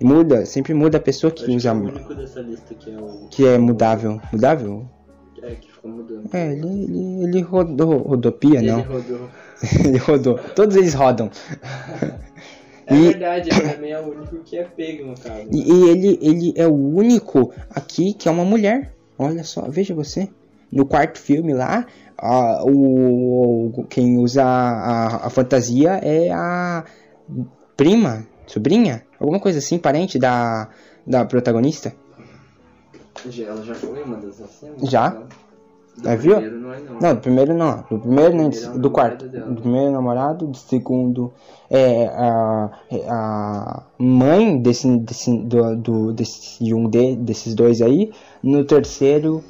C: Muda, sempre muda a pessoa que
B: Acho que é
C: usa.
B: o único dessa lista que é o.
C: Que é mudável. Mudável?
B: É, que ficou mudando.
C: É, ele, ele, ele rodou. Rodopia,
B: Ele
C: não.
B: rodou.
C: ele rodou. Todos eles rodam.
B: É
C: E-
B: verdade, ele também é o único que é pego no caso.
C: E, e ele, ele é o único aqui que é uma mulher. Olha só, veja você. No quarto filme lá, a- o, o- quem usa a, a fantasia é a prima, sobrinha, alguma coisa assim, parente da, da protagonista.
B: Já- Ela já foi uma das cenas?
C: Já.
B: Não. Do
C: Já viu?
B: primeiro Não é não.
C: Não, do primeiro não. Do primeiro nem
B: Primeiro é o
C: do, do quarto.
B: namorado dela.
C: Do primeiro namorado, do segundo é a, a mãe desse, desse, do, do- desse um de, desses dois aí. No terceiro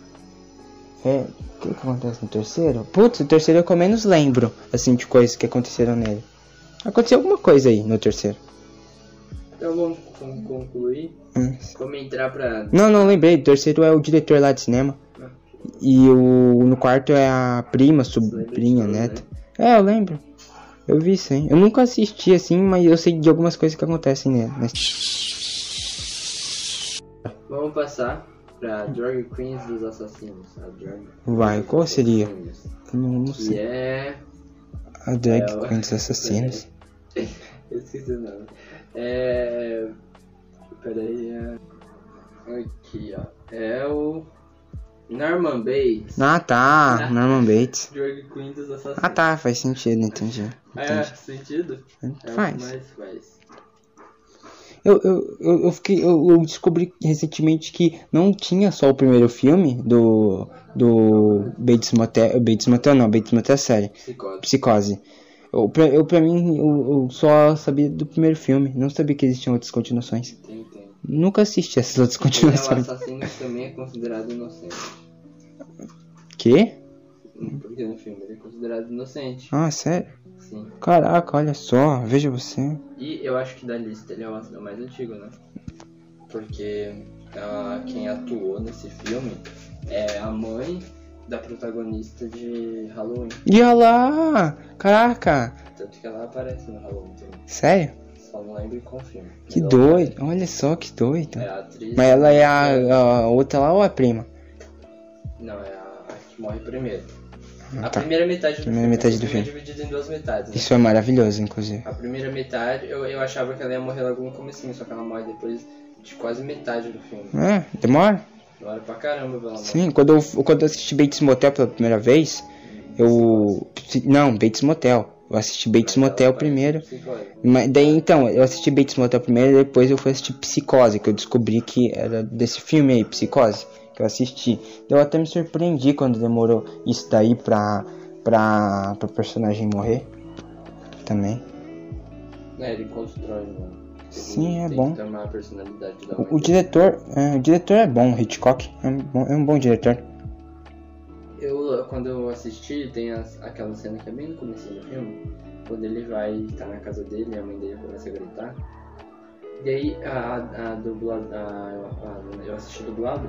C: É, o que, que acontece no terceiro? Putz, o terceiro é que eu menos lembro, assim, de coisas que aconteceram nele. Aconteceu alguma coisa aí no terceiro.
B: Então vamos con- concluir.
C: Hum.
B: Vamos entrar pra.
C: Não, não lembrei. O terceiro é o diretor lá de cinema.
B: Ah.
C: E o no quarto é a prima, sobrinha,
B: né?
C: neta. É, eu lembro. Eu vi isso, hein? Eu nunca assisti assim, mas eu sei de algumas coisas que acontecem nele. Mas...
B: né? Vamos passar pra Drag Queens dos Assassinos. A drag
C: Vai, qual seria?
B: Queens,
C: Eu Não, não
B: Que
C: sei.
B: é.
C: A drag
B: é o-
C: queen dos assassinos.
B: Eu esqueci o nome. É. Peraí. É... Aqui, ó. É o. Norman Bates.
C: Ah tá, Norman Bates.
B: Drag Queen dos Assassinos.
C: Ah tá, faz sentido, entendi.
B: É,
C: entendi.
B: sentido? É o que
C: Faz.
B: mais faz.
C: Eu, eu, eu, eu fiquei, eu, eu descobri recentemente que não tinha só o primeiro filme do, do Bates Motel, Bates Motel não, Bates Motel é série,
B: Psicose.
C: Psicose. Eu, pra, eu, pra mim, eu, eu só sabia do primeiro filme, não sabia que existiam outras continuações.
B: Tem, tem.
C: Nunca assisti essas
B: E
C: outras
B: é, o
C: continuações.
B: assassino também é considerado inocente.
C: Quê?
B: Porque no filme ele é considerado inocente.
C: Ah, sério?
B: Sim.
C: Caraca, olha só, veja você.
B: E eu acho que da lista ele é o ator mais antigo, né? Porque ah, quem atuou nesse filme é a mãe da protagonista de Halloween.
C: E olha lá, caraca,
B: Tanto que ela aparece no Halloween também.
C: sério?
B: Só não lembro em qual filme.
C: Que
B: Mas ela-
C: doido, olha só que doido.
B: É a atriz.
C: Mas ela é a, a outra lá ou a prima?
B: Não, é a, a que morre primeiro.
C: Ah,
B: A
C: tá.
B: primeira metade do
C: Primeira
B: filme.
C: metade
B: o
C: do
B: filme
C: filme.
B: é dividido em duas metades. né?
C: Isso é maravilhoso, inclusive.
B: A primeira metade, eu, eu achava que ela ia morrer logo no comecinho, só que ela morre depois de quase metade do filme.
C: É, demora?
B: Demora pra caramba pra ela morrer.
C: Sim, quando eu, quando eu assisti Bates Motel pela primeira vez, eu. Não, Bates Motel. Eu assisti Bates Motel é. primeiro.
B: Psicose.
C: Mas daí então, eu assisti Bates Motel primeiro, depois eu fui assistir Psicose, que eu descobri que era desse filme aí, Psicose, que eu assisti. Eu até me surpreendi quando demorou isso daí pra. pra. pra personagem morrer. Também.
B: É, ele constrói, mano. Ele
C: Sim, é
B: tem
C: bom.
B: Que tomar a personalidade da
C: O, o
B: mãe dele.
C: diretor. é, o diretor é bom, o Hitchcock. É um bom, é um bom diretor.
B: Eu, quando eu assisti, tem as- aquela cena que é bem no começo do filme, quando ele vai tá na casa dele, a mãe dele começa a gritar. E aí a, a, dublada. eu assisti dublado,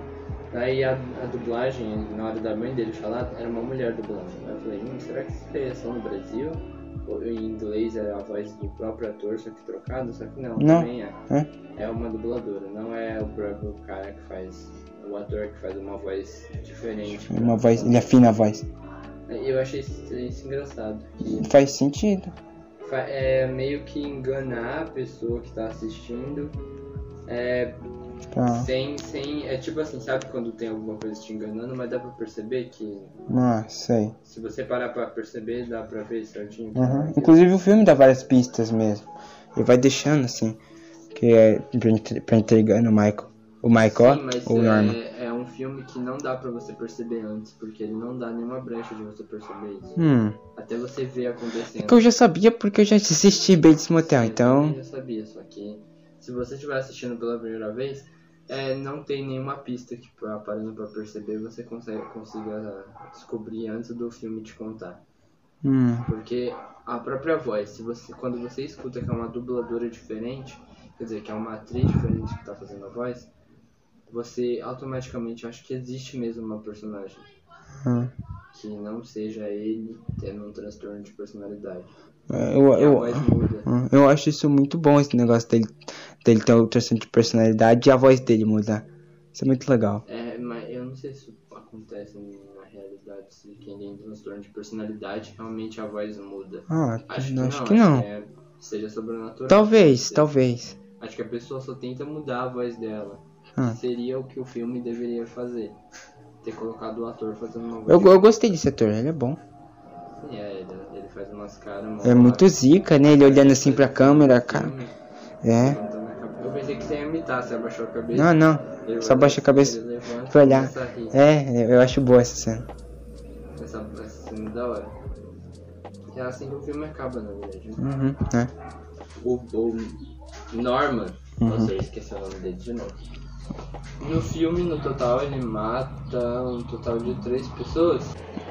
B: aí a, a dublagem, na hora da mãe dele falar, era uma mulher dublando. Aí eu falei, hum, será que isso é só no Brasil? Ou em inglês era a voz do próprio ator, só que trocado? Só que não,
C: Não.
B: também é.
C: É.
B: É uma dubladora, não é o próprio cara que faz. O ator que faz uma voz diferente.
C: É Uma voz, ele afina a voz.
B: Eu achei isso, isso engraçado. Que
C: Faz sentido.
B: fa- é meio que enganar a pessoa que tá assistindo. É,
C: Tá.
B: sem, sem. É tipo assim, sabe quando tem alguma coisa te enganando, mas dá pra perceber que.
C: Ah, sei.
B: Se você parar pra perceber, dá pra ver certinho.
C: Aham. Inclusive o filme dá várias pistas mesmo. E vai deixando assim. Que é pra entre- pra entregar no Michael. O Michael
B: Sim, mas
C: Um ou o Norman.
B: é, é um filme que não dá pra você perceber antes, porque ele não dá nenhuma brecha de você perceber isso.
C: Hum.
B: Até você ver
C: É
B: acontecendo.
C: que eu já sabia porque eu já assisti Bates Motel,
B: Sim,
C: então.
B: Eu já sabia, só que se você estiver assistindo pela primeira vez, é, não tem nenhuma pista que pra- parando pra perceber você consegue consiga descobrir antes do filme te contar.
C: Hum.
B: Porque a própria voz, se você, quando você escuta que é uma dubladora diferente, quer dizer, que é uma atriz diferente que tá fazendo a voz, você automaticamente acha que existe mesmo uma personagem.
C: Hum.
B: Que não seja ele tendo um transtorno de personalidade.
C: É, Eu,
B: E a
C: eu,
B: voz muda.
C: hum, eu acho isso muito bom, esse negócio dele, dele ter o transtorno de personalidade e a voz dele mudar. Isso é muito legal.
B: É, mas eu não sei se isso acontece na realidade, se quem tem transtorno de personalidade realmente a voz muda.
C: Ah,
B: Acho
C: não,
B: que é-
C: acho
B: não.
C: que não.
B: é- seja sobrenatural.
C: Talvez,
B: Acho
C: talvez.
B: que- Acho que a pessoa só tenta mudar a voz dela.
C: Ah.
B: Seria o que o filme deveria fazer. Ter colocado o ator fazendo uma voz.
C: Eu, eu gostei desse ator, ele é bom.
B: assim, é, ele, ele faz umas caras. uma
C: É
B: voz, assim, é,
C: muito zica, né? Ele olhando assim pra câmera, cara.
B: filme,
C: É.
B: levantando a cabeça. então, né, Eu pensei que você ia imitar, você abaixou a cabeça.
C: Não, não.
B: ele
C: Só abaixa a cabeça
B: ele levanta
C: pra
B: e
C: olhar.
B: começa a rir.
C: É, eu acho boa essa cena.
B: Essa, essa cena é da hora. É assim que o filme acaba, na verdade.
C: Uhum, né?
B: O, o Norman,
C: Uhum.
B: Nossa, eu esqueci o nome dele de novo. No filme, no total, ele mata um total de três pessoas.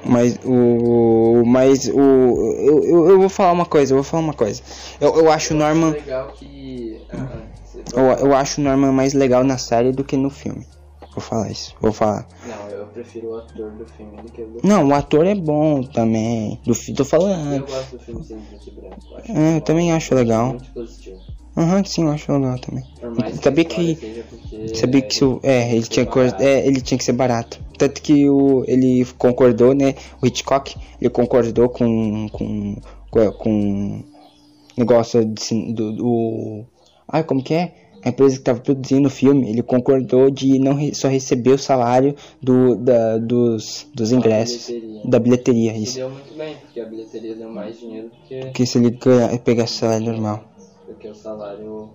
C: Mas o. Mas o. Eu, eu, eu vou falar uma coisa, eu vou falar uma coisa. Eu, eu acho o Norman.
B: Legal que. ah, você-
C: Eu, eu acho o Norman mais legal na série do que no filme. Vou falar isso, vou falar.
B: Não, eu prefiro o ator do filme do que o do
C: Não, o ator é bom também. Do fi- tô
B: Eu
C: falando.
B: gosto do filme sem preto e branco. Acho
C: É, eu também acho legal.
B: Muito positivo.
C: Aham, Uhum, sim, eu acho legal também.
B: Por mais que
C: Sabia
B: a história
C: que-
B: seja porque
C: Sabia que se o, é, ele tinha cor-
B: separado.
C: é, ele tinha que ser barato. Tanto que o, ele concordou, né? O Hitchcock, ele concordou com com com, com negócio de cin- do, do ah, como que é? A empresa que tava produzindo o filme, ele concordou de não re- só receber o salário do da, dos dos ingressos,
B: bilheteria.
C: da bilheteria,
B: E
C: isso.
B: deu muito bem, porque a bilheteria deu mais dinheiro do que,
C: Porque se ele ganha, pegar salário normal.
B: do que o salário.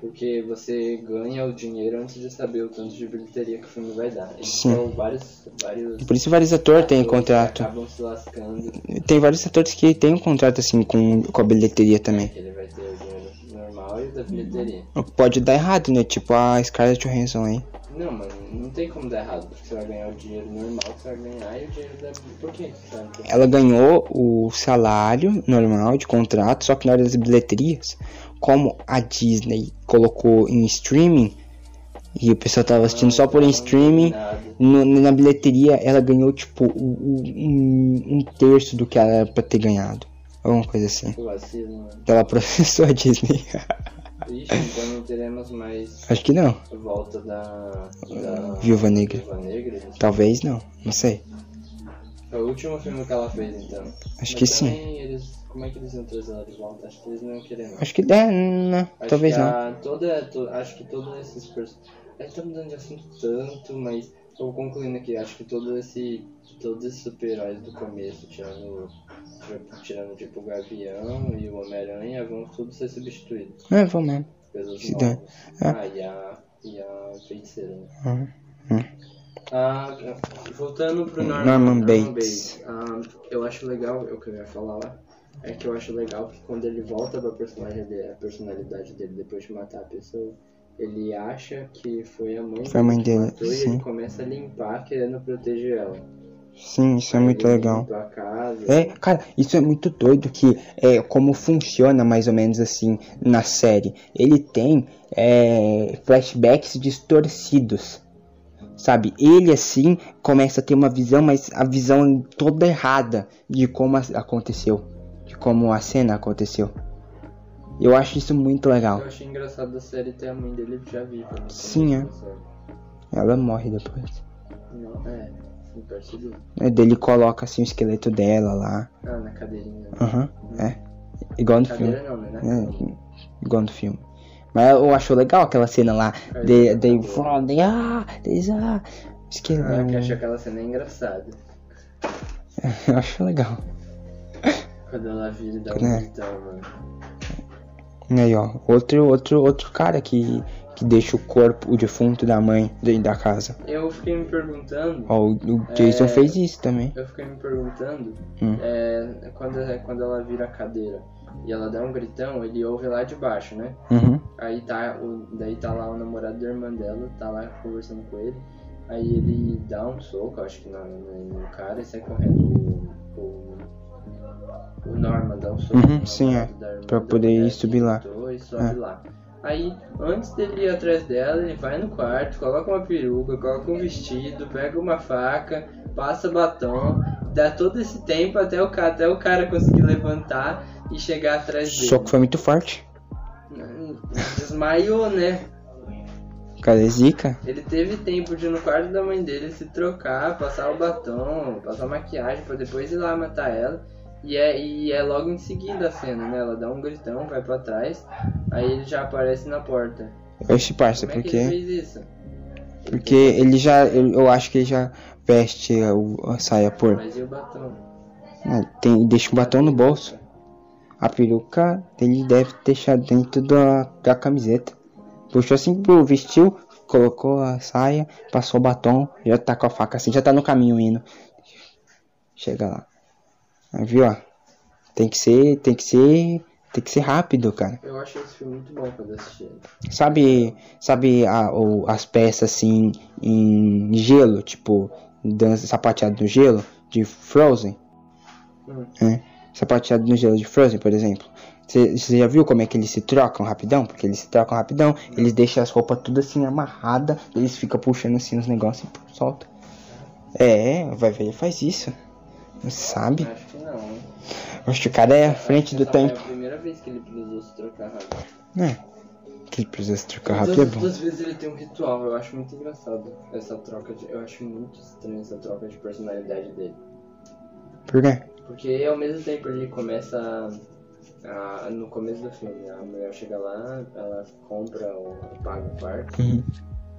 B: Porque você ganha o dinheiro antes de saber o tanto de bilheteria que o filme vai dar.
C: Sim.
B: Então vários. vários
C: Por isso vários atores têm
B: atores
C: contrato.
B: Acabam se lascando.
C: Tem vários atores que têm um contrato assim com, com a bilheteria também.
B: que Ele vai ter o dinheiro normal e o da bilheteria.
C: Pode dar errado, né? Tipo a Scarlett Johansson aí.
B: Não, mano, não tem como dar errado, porque você vai ganhar o dinheiro normal que você vai ganhar e o dinheiro da. Por que você tá vai ganhar?
C: Ela ganhou o salário normal de contrato, só que na hora das bilheterias, como a Disney colocou em streaming e o pessoal tava Tá assistindo só
B: Então,
C: por em streaming,
B: Nada.
C: no- na bilheteria ela ganhou tipo um, um- um terço do que ela era pra ter ganhado. Alguma coisa assim.
B: Que vacilo, mano.
C: Ela processou a Disney.
B: Ixi, então não teremos mais
C: Acho que não.
B: volta da, da
C: É. Viúva Negra.
B: Viúva Negra.
C: Talvez não. Não sei.
B: Foi o último filme que ela fez, então.
C: Acho que sim.
B: também Eles, como é que eles iam trazer ela de volta? Acho que eles não iam querer, não.
C: Acho que é, não,
B: Acho
C: talvez
B: que
C: não.
B: a- toda, to- acho que todos esses personagens. Estamos mudando de assunto tanto, mas eu vou concluindo aqui. Acho que todo esse, todos esses super-heróis do começo, tirando, tirando tipo o Gavião e o Homem-Aranha, vão todos ser substituídos.
C: É, vamos mesmo.
B: Pelos
C: Se
B: novos.
C: dá.
B: Ah, e a, e a feiticeira. né? Ah, voltando pro Norman,
C: é. Norman Bates.
B: Bates. Ah, eu acho legal, é o que eu ia falar lá, é que eu acho legal que quando ele volta pra personagem dele, a personalidade dele depois de matar a pessoa, ele acha que foi a mãe
C: Foi a mãe dele,
B: que matou e
C: é sim.
B: ele começa a limpar querendo proteger ela.
C: Sim, isso é muito
B: Ele
C: legal.
B: limpa a casa,
C: É, cara, isso é muito doido que é como funciona mais ou menos assim na série. Ele tem é, flashbacks distorcidos. Sabe, ele assim começa a ter uma visão, mas a visão toda errada de como a- aconteceu, de como a cena aconteceu. Eu acho isso muito legal.
B: Eu achei engraçado a série ter a mãe dele já viva. né? no começo
C: Sim, é.
B: da série.
C: Ela morre depois.
B: Não, é, não percebi.
C: É, daí Ele coloca assim o esqueleto dela lá.
B: Ah, na cadeirinha. né?
C: Aham, é. Igual no filme.
B: Cadeira não, né? Na cadeirinha.
C: né, igual no filme. Mas eu acho legal aquela cena lá.
B: É,
C: De, de, de, ah, de, ah, diz que
B: Ah, que
C: é
B: eu
C: um-
B: acho aquela cena engraçada.
C: eu acho legal.
B: Quando ela vira e dá um
C: Né?
B: gritão, mano.
C: E aí, ó, outro, outro, outro cara que, que deixa o corpo, o defunto da mãe dentro da casa.
B: Eu fiquei me perguntando.
C: Ó, o, o Jason
B: É.
C: fez isso também.
B: Eu fiquei me perguntando.
C: Hum.
B: é, quando, é, quando ela vira a cadeira e ela dá um gritão, ele ouve lá de baixo, né?
C: Uhum.
B: Aí tá, o, daí tá lá o namorado da irmã dela, tá lá conversando com ele. Aí ele dá um soco, acho que na- no, no cara, e sai correndo. O, o, o Norman dá um soco.
C: Uhum,
B: no
C: sim,
B: namorado
C: é,
B: da irmã
C: pra
B: da
C: poder
B: mulher
C: subir
B: que
C: lá.
B: gritou E sobe
C: É.
B: lá. Aí, antes dele ir atrás dela, ele vai no quarto, coloca uma peruca, coloca um vestido, pega uma faca, passa batom, dá todo esse tempo até o, ca- até o cara conseguir levantar e chegar atrás dele.
C: Só que foi muito forte.
B: Desmaiou, né?
C: Cara, é zica.
B: Ele teve tempo de ir no quarto da mãe dele se trocar, passar o batom, passar maquiagem pra depois ir lá matar ela. E é, e é logo em seguida a cena, né? Ela dá um gritão, vai pra trás, aí ele já aparece na porta.
C: Oxe, parça,
B: Como é que
C: porque.
B: ele fez isso?
C: Porque ele já. Eu, eu acho que ele já veste a, o- a saia por.
B: Mas e o batom?
C: Ah, Tem, deixa o batom no bolso. A peruca ele deve deixar dentro da, da camiseta. Puxou assim, pô, vestiu, colocou a saia, passou o batom, já tá com a faca assim, já tá no caminho indo. Chega lá. Aí, viu, ó? Tem que ser, tem que ser Tem que ser rápido, cara.
B: Eu acho esse filme muito bom quando eu assisti. ele.
C: Sabe, sabe a- o- as peças assim em gelo, tipo dança sapateado no gelo de Frozen?
B: Hum.
C: É, sapateado no gelo de Frozen, por exemplo. Você já viu como é que eles se trocam rapidão? Porque eles se trocam rapidão, eles deixam as roupas tudo assim amarrada, eles ficam puxando assim os negócios e pô, solta. É, vai ver, faz isso. Não Sabe?
B: Acho que não. hein?
C: Acho que o cara é à frente
B: Acho que
C: do
B: essa foi
C: tempo.
B: a primeira vez que ele precisou se trocar rápido.
C: É. Que ele precisa se trocar
B: Todas-
C: rápido é bom.
B: Todas as vezes ele tem um ritual, eu acho muito engraçado essa troca de. Eu acho muito estranho essa troca de personalidade dele.
C: Por quê?
B: Porque é ao mesmo tempo ele começa. a- a- no começo do filme, a mulher chega lá, ela compra ou paga o quarto.
C: Uhum.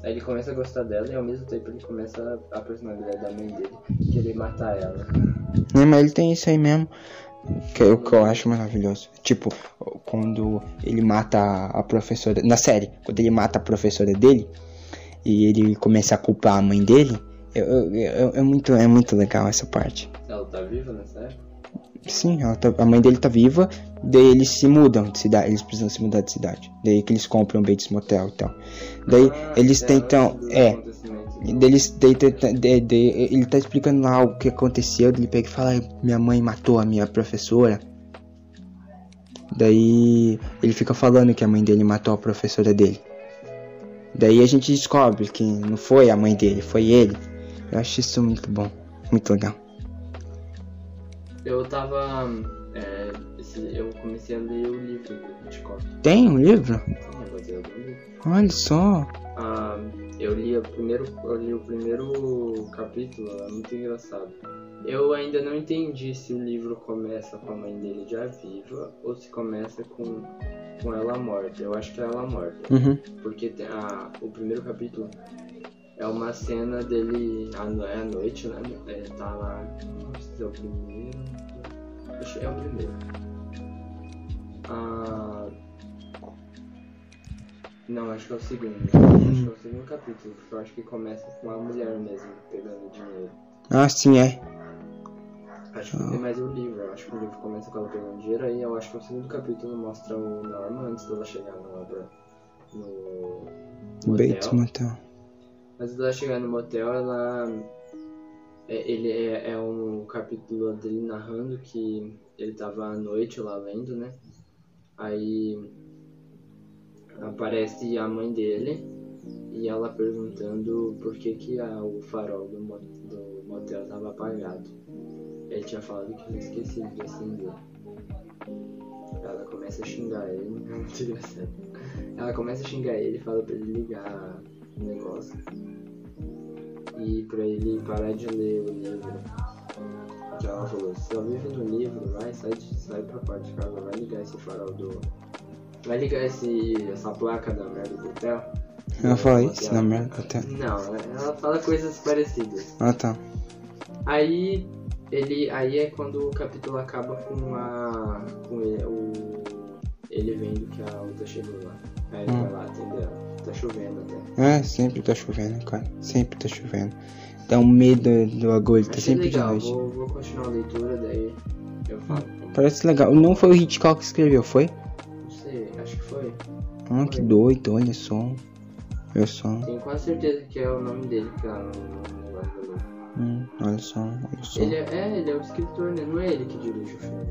B: Aí ele começa a gostar dela e ao mesmo tempo ele começa a, a personalidade da mãe dele querer matar ela.
C: Né, mas ele tem isso aí mesmo. Que é o que eu acho maravilhoso. Tipo, quando ele mata a professora. Na série, quando ele mata a professora dele e ele começa a culpar a mãe dele. eu- eu- eu- é, muito, é muito legal essa parte.
B: Ela tá viva nessa época?
C: Sim, ela tá- a mãe dele tá viva, daí eles se mudam de cidade, eles precisam se mudar de cidade. Daí que eles compram um Bates Motel e tal. Daí
B: Ah,
C: eles
B: é,
C: tentam.
B: antes dos
C: É,
B: acontecimentos.
C: deles, de, de, tá, de- de- ele tá explicando lá o que aconteceu, ele pega e fala, "Ai, minha mãe matou a minha professora. Daí ele fica falando que a mãe dele matou a professora dele. Daí a gente descobre que não foi a mãe dele, foi ele. Eu acho isso muito bom, muito legal.
B: Eu tava. é, esse- eu comecei a ler o livro do Hitchcock.
C: Tem um livro?
B: Sim, é baseado no livro.
C: Olha só.
B: Ah, eu li o primeiro, eu li o primeiro capítulo, é muito engraçado. Eu ainda não entendi se o livro começa com a mãe dele já viva ou se começa com, com ela morta. Eu acho que é ela morta,
C: Uhum.
B: porque tem a, o primeiro capítulo é uma cena dele à, no- é à noite, né? Ele tá lá, não sei se é o primeiro, acho que é o primeiro. Ah, não, acho que é o segundo. Acho que é o segundo capítulo, porque eu acho que começa com a mulher mesmo pegando dinheiro.
C: Ah, sim, é.
B: Acho que tem mais um livro, eu acho que o livro começa com ela pegando dinheiro, aí eu acho que o segundo capítulo mostra o Norman antes dela chegar no, obra- no, no
C: Bates
B: hotel.
C: Motel.
B: Antes dela chegar no motel, ela. é- Ele é, é um capítulo dele narrando que ele tava à noite lá lendo, né? Aí aparece a mãe dele e ela perguntando por que, que a- o farol do, mo- do motel tava apagado. Ele tinha falado que tinha esquecido de acender. Ela começa a xingar ele, é muito engraçado. Ela começa a xingar ele e fala pra ele ligar o negócio. E pra ele parar de ler o livro. Que ela falou, só vive no livro, vai, sai, de- sai pra parte de casa, vai ligar esse farol do. Vai ligar esse, essa placa da merda do hotel.
C: Ela fala isso na merda até.
B: Não, ela fala coisas parecidas.
C: Ah, tá.
B: Aí ele aí é quando o capítulo acaba com a com ele, o, ele vendo que a outra chegou lá. Aí ele
C: Hum.
B: vai lá atender ela. Tá chovendo até.
C: É, sempre tá chovendo, cara. Sempre tá chovendo. Dá um medo do agulho, tá
B: Achei
C: sempre de
B: é legal,
C: noite. Hum.
B: vou, vou continuar a leitura, daí eu falo.
C: Parece legal. Não foi o Hitchcock que escreveu, foi?
B: Não sei, acho que foi.
C: Ah, que
B: Foi.
C: doido, olha só. Olha só.
B: Tenho quase certeza que é o nome dele que ela não, não, não lembra.
C: Hum, olha só, olha só.
B: Ele é, é, ele é o escritor, né? Não é ele que dirige o filme.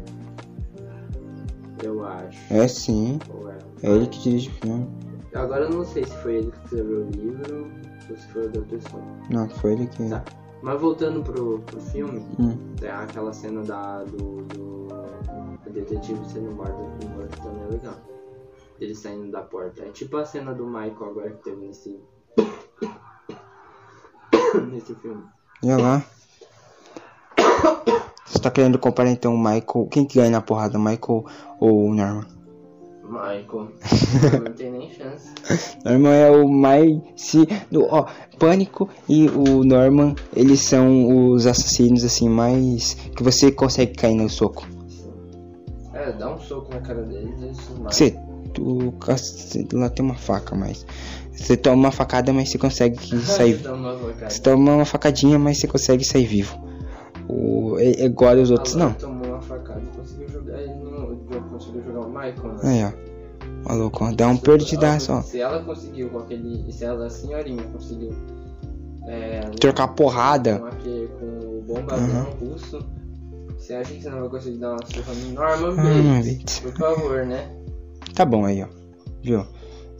B: Eu acho.
C: É sim,
B: Ou é.
C: é ele que dirige o filme.
B: Agora eu não sei se foi ele que escreveu o livro ou se foi outra pessoa.
C: Não, foi ele que.
B: Tá. Mas voltando pro, pro filme,
C: Hum,
B: tem aquela cena da, do, do, do detetive sendo morto, morto também é legal. Ele saindo da porta. É tipo a cena do Michael agora que teve nesse. nesse filme.
C: olha lá. Você tá querendo comparar então o Michael. Quem que ganha na porrada, Michael ou o Norman?
B: Michael. não tem nem chance.
C: Norman é o mais. Se, do, ó, Pânico e o Norman, eles são os assassinos assim mais. que você consegue cair no soco.
B: É, dá um soco na cara dele um e isso mata.
C: Você. Tu, cacete, lá tem uma faca, mas. Você toma uma facada, mas você consegue sair.
B: Dá uma facada.
C: Você tá- toma uma facadinha, mas você consegue sair vivo. O, é, e- agora os outros
B: Agora
C: não.
B: Ah, tomou uma facada e conseguiu jogar ele no. Conseguiu jogar o Michael, né?
C: Aí, ó. Maluco, ó, dá um perdidaço, ó.
B: Se ela conseguiu com aquele. Se ela, senhorinha, conseguiu. É,
C: Trocar porrada.
B: Com, aquele, com o bombadão russo. Você acha que você não vai conseguir dar uma surra no Norman
C: Norman
B: Bates?
C: Bates.
B: Por favor, né?
C: Tá bom aí, ó. Viu?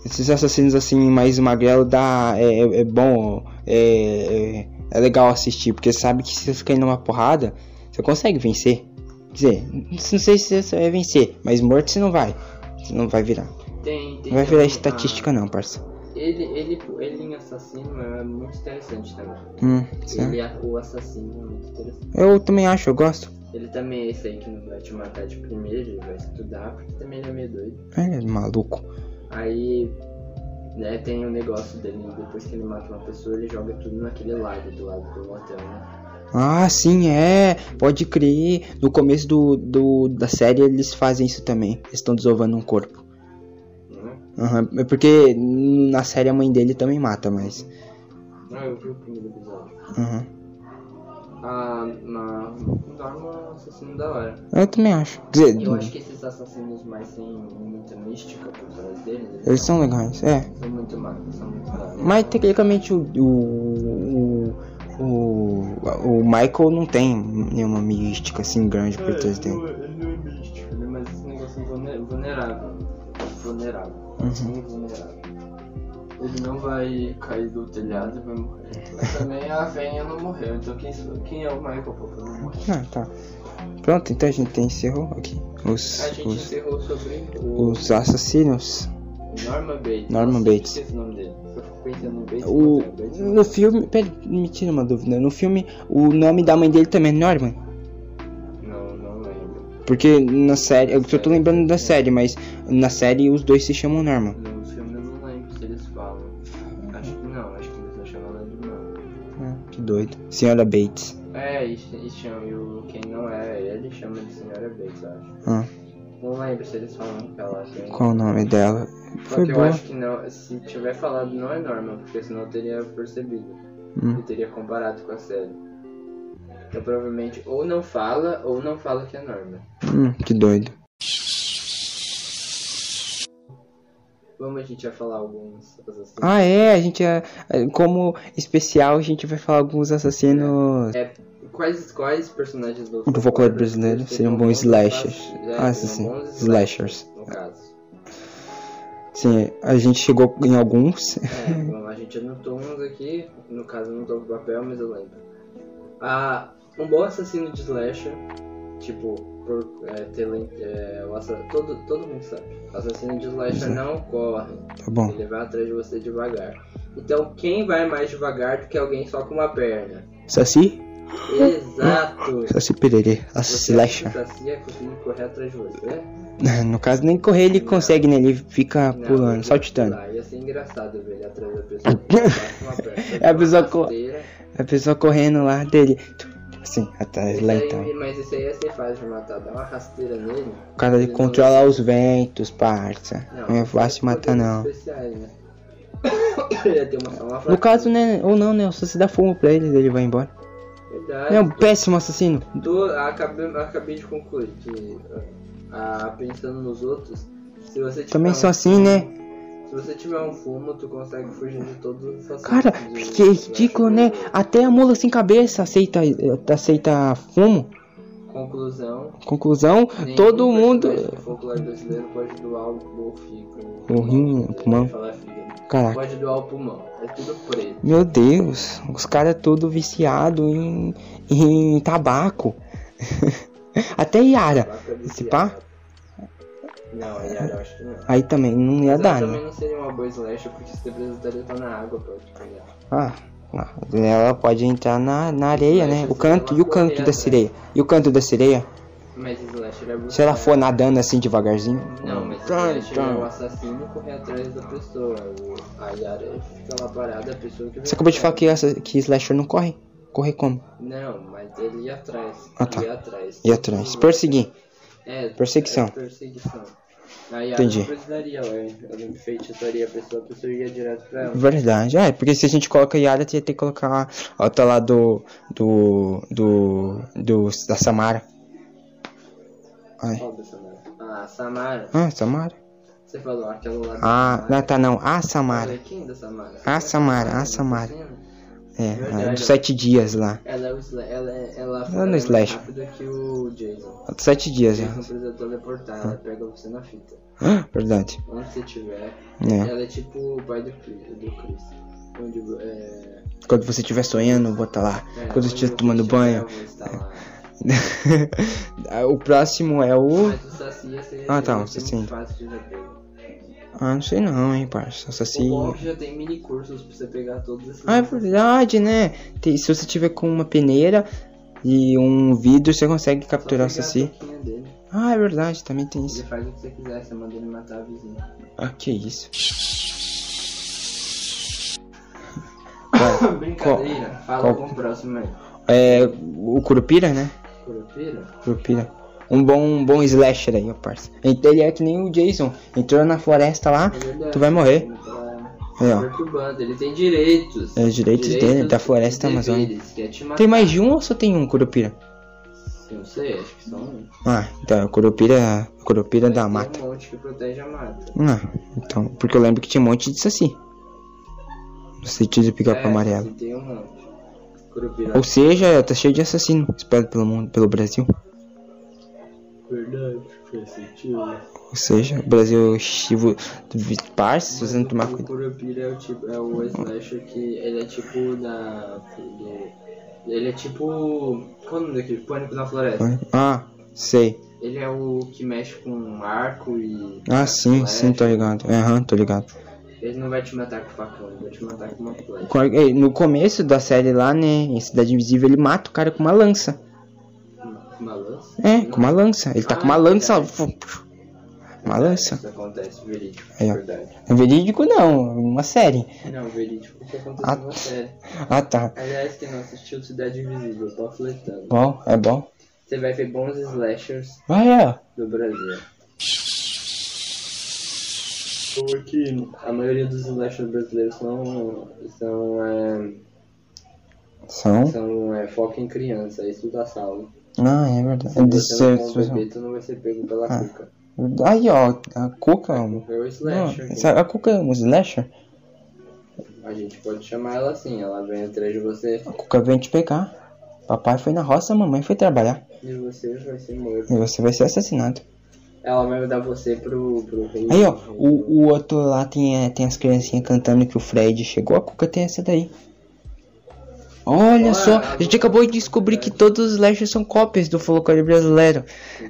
C: Esses assassinos assim mais magrelo dá é, é- é bom, é, é, é legal assistir, porque sabe que se você ficar indo numa porrada, você consegue vencer. Quer dizer, n- não sei se você vai vencer, mas morto você não vai. Você não vai virar.
B: Tem, tem
C: Não
B: também
C: vai virar
B: a-
C: estatística né? não, parça.
B: Ele, ele, ele em assassino é muito interessante também.
C: Hum, sim.
B: Ele é o assassino é muito interessante.
C: eu também acho, eu gosto.
B: Ele também é esse aí que não vai te matar de primeiro, ele vai estudar, porque também ele é meio doido.
C: Ele é maluco.
B: Aí né, tem o negócio dele, depois que ele mata uma pessoa, ele joga tudo naquele lago do lado do motel, né?
C: Ah, sim, é. Pode crer. No começo do, do- da série eles fazem isso também. Eles estão desovando um corpo.
B: Né?
C: Aham, é porque n- na série a mãe dele também mata, mas.
B: Ah, eu vi o primeiro episódio.
C: Aham.
B: Ah, na Norma é um assassino da hora.
C: Eu também acho. Quer dizer,
B: Eu acho que esses assassinos mais sem muita mística por trás deles, eles
C: eles são legais, é.
B: são muito magros, são muito magros.
C: Mas tecnicamente o. O. O, o, o Michael não tem nenhuma mística assim grande
B: É,
C: por trás dele.
B: Mas esse negócio é vulne- vulnerável. Vulnerável.
C: Uhum.
B: Sim, vulnerável. Ele não vai cair do telhado e vai morrer. Mas também a Venha não morreu, então quem, sou- quem é o Michael Popa não morreu?
C: Ah, tá. Pronto, então a gente encerrou aqui. Os.
B: A gente
C: Os,
B: encerrou sobre o
C: os assassinos.
B: Norman Bates.
C: Norman
B: Eu sempre
C: Bates.
B: esqueço o nome dele. Eu fico pensando em Bates.
C: O,
B: mas é Bates não.
C: no filme. Pera, me tira uma dúvida. No filme, o nome da mãe dele também é Norman.
B: Não, não lembro.
C: Porque na série, eu só tô lembrando da série, mas na série os dois se chamam Norman.
B: Nos filmes eu não lembro se eles falam. Acho que não, acho que eles não chamam ela de Norman.
C: É, que doido. Senhora Bates.
B: É, e, e chama, e o, quem não é ele chama de Senhora Bates, eu acho.
C: Ah,
B: Não lembro se eles falam que ela tem.
C: qual o nome dela?
B: Só
C: Foi
B: que eu
C: boa.
B: acho que não, se tiver falado não é norma, porque senão eu teria percebido.
C: Hum.
B: Eu teria comparado com a série. Então provavelmente ou não fala, ou não fala que é norma.
C: Hum, que doido.
B: Vamos, a gente vai falar alguns assassinos.
C: Ah, é, a gente é. é, Como especial, a gente vai falar alguns assassinos.
B: É, quais, quais personagens do
C: Do folclore brasileiro seriam bons slashers.
B: É,
C: Ah, sim, sim. Slashers.
B: No caso.
C: Sim, a gente chegou em alguns.
B: É, bom, a gente anotou uns aqui, no caso eu não tô com papel, mas eu lembro. Ah, um bom assassino de slasher, tipo, por é, ter len- é, o assa- todo, todo mundo sabe. O assassino de slasher não corre,
C: Tá bom.
B: ele vai atrás de você devagar. Então quem vai mais devagar do que alguém só com uma perna?
C: Saci?
B: Exato!
C: Saci Pererê. A
B: Você acha que
C: Slasher.
B: o Saci é conseguindo correr atrás de você? né?
C: No caso, nem correr ele consegue, né? Ele fica
B: Não,
C: pulando,
B: ele
C: saltitando.
B: lá, Ah, Ia ser engraçado ver ele atrás da pessoa. que tá com uma perna,
C: É a pessoa
B: uma
C: co-
B: rasteira.
C: A pessoa correndo lá dele. Assim, atrás,
B: Esse aí-
C: lentão.
B: mas esse aí ia ser fácil de matar, dá uma rasteira nele.
C: O cara ele
B: Ele
C: controla os ventos, parça.
B: Não,
C: Não é fácil matar, não.
B: Especiais, né? Ele ia ter uma, uma fratura.
C: No caso, né? Ou não, né? Só se dá fumo pra ele, ele vai embora.
B: Verdade.
C: Ele é um péssimo assassino.
B: Tô- acabei, acabei de concluir que, ah, pensando nos outros, se você tiver
C: Também
B: um,
C: são assim, né?
B: se você tiver um fumo, tu consegue fugir de todos os
C: Cara,
B: assassinos.
C: que ridículo, né? Até a mula sem cabeça aceita, aceita fumo.
B: Conclusão.
C: Conclusão,
B: nenhum
C: todo mundo.
B: personagem do folclore brasileiro pode doar o, o fígado.
C: O rim, o
B: Eu ia
C: pulmão.
B: falar fígado.
C: Caraca.
B: Pode doar o pulmão. É tudo preto.
C: Meu Deus, os caras é tudo viciado em, em tabaco. Até Yara.
B: Vaca
C: É. Se
B: viciada.
C: pá?
B: Não, a Yara eu acho que não.
C: Aí também não ia
B: Mas
C: dar,
B: ela
C: né?
B: também não seria uma boa slasher porque você precisaria estar na água pra te pegar.
C: Ah, ah, ela pode entrar na, na areia, né? O canto, e o canto da sereia? E o canto da sereia?
B: Mas slasher é
C: Se ela for nadando assim devagarzinho?
B: Não, mas
C: Tá,
B: slasher
C: então.
B: é o assassino correr atrás da pessoa. O- A Yara fica lá parada, a pessoa que vem
C: Você acabou de falar
B: atrás.
C: que, essa, que slasher não corre? Corre como?
B: Não, mas ele ia atrás.
C: Ah, tá.
B: Ia atrás.
C: E atrás. Perseguir.
B: É,
C: Perseguição.
B: é perseguição. A Yara
C: Entendi.
B: não precisaria, ué. Ela enfeitiçaria a pessoa, a pessoa ia direto pra ela.
C: Verdade. Ah, é porque se a gente coloca Yara, tinha que colocar a outra lá do. do. do. do da Samara. Ai.
B: Qual personagem? Ah, A Samara.
C: Ah, Samara.
B: Você falou aquela lá da
C: Ah,
B: Samara.
C: não, tá não. A
B: Ela
C: Samara.
B: é quem da Samara?
C: A Samara, a Samara. É, a dos sete dias lá.
B: Ela é o Slash. Ela, é, ela,
C: Não,
B: ela
C: no
B: é mais
C: Slash.
B: rápida que o Jason.
C: A dos sete dias,
B: Jason
C: né?
B: precisa teleportar, ela pega você na fita.
C: Ah, verdade.
B: Onde você estiver.
C: É.
B: Ela é tipo o pai do Chris. Do Chris. Onde, é,
C: Quando você estiver sonhando, bota lá.
B: é,
C: Quando
B: onde
C: você estiver
B: o
C: tomando
B: Chris
C: banho. É.
B: estiver, eu vou estar lá.
C: Ah, o próximo é o.
B: Mas o Saci ia ser-
C: Ah, tá,
B: ia
C: o
B: ser
C: Saci.
B: muito fácil de já pegar.
C: Ah, não sei não, hein, parça. Só se.
B: O bom é que já tem mini cursos pra você pegar todos esses.
C: Ah, é verdade, né? Tem- se você tiver com uma peneira e um vidro, você consegue
B: Só
C: capturar o
B: pegar a
C: Saci.
B: touquinha dele.
C: Ah, é verdade, também tem
B: Ele
C: isso.
B: faz o que você quiser, você manda ele matar a vizinha.
C: Ah, que isso.
B: Brincadeira, fala
C: qual-
B: com o próximo aí.
C: É. O Curupira, né?
B: Curupira?
C: Curupira. Um bom, um bom slasher aí, ó, parça. Ele é que nem o Jason. Entrou na floresta lá,
B: É verdade,
C: tu vai morrer.
B: ele tá
C: Aí, ó.
B: perturbando, ele tem direitos.
C: É, os direitos dele, da floresta
B: e
C: amazônica.
B: deveres, Quer te matar.
C: Tem mais de um ou só tem um Curupira?
B: Eu não sei, acho que são. um.
C: Ah, então é o Curupira. Curupira da
B: tem
C: mata.
B: um monte que protege a mata.
C: Ah, então. Porque eu lembro que tinha um monte de Saci. No sentido de picar
B: É,
C: amarelo.
B: assim, Tem um monte. Curupira.
C: Ou seja, tá cheio de assassino, espalhado pelo mundo, pelo Brasil.
B: Verdade, faz sentido. né?
C: Ou seja, o Brasil chivo parça, se você não tomar
B: O
C: cuidado.
B: Curupira é o tipo, é o slasher que ele é tipo da. do- ele é tipo. Qual o nome daquele? Pânico na Floresta.
C: Ah, sei.
B: Ele é o que mexe com arco e.
C: Ah,
B: É,
C: sim, sim, tô ligado. Aham, tô ligado.
B: Ele não vai te matar com facão, ele vai te matar com uma flecha.
C: Co- eh, No começo da série lá, né, em Cidade Invisível, ele mata o cara com uma lança.
B: Com uma lança?
C: É,
B: Não.
C: com uma lança. Ele tá com uma
B: Ah,
C: lança.
B: verdade.
C: fu- fu- Uma lança.
B: Isso acontece, verídico, é
C: Aí, ó.
B: verdade.
C: Verídico não, uma série.
B: Não, verídico, porque acontece
C: Ah.
B: na série.
C: Ah, tá.
B: Aliás, quem não assistiu Cidade Invisível, tô fletando.
C: Bom, é bom.
B: Você vai ver bons slashers
C: Vai, é.
B: do Brasil. A maioria dos slashers brasileiros são. são. É,
C: São.
B: são é, foco em criança, isso tá da sala.
C: Ah, é verdade.
B: Se
C: Isso,
B: você não
C: isso,
B: for um bebê, tu não vai ser pego pela
C: Ah.
B: cuca.
C: isso. Aí, ó, a Cuca. mano.
B: É o
C: Não,
B: slasher.
C: essa- a Cuca é um slasher?
B: A gente pode chamar ela assim, ela vem atrás de você
C: A Cuca veio te pegar. Papai foi na roça, mamãe foi trabalhar.
B: e você vai ser morto.
C: E você vai ser assassinado.
B: Ela vai dar você pro, pro rei.
C: Aí, ó, o, o outro lá tem, eh, tem as criancinhas cantando que o Fred chegou. A Cuca tem essa daí. Olha
B: Olha,
C: só,
B: a
C: a gente
B: Cuca-
C: acabou de descobrir que todos os slashers são cópias do folclore brasileiro.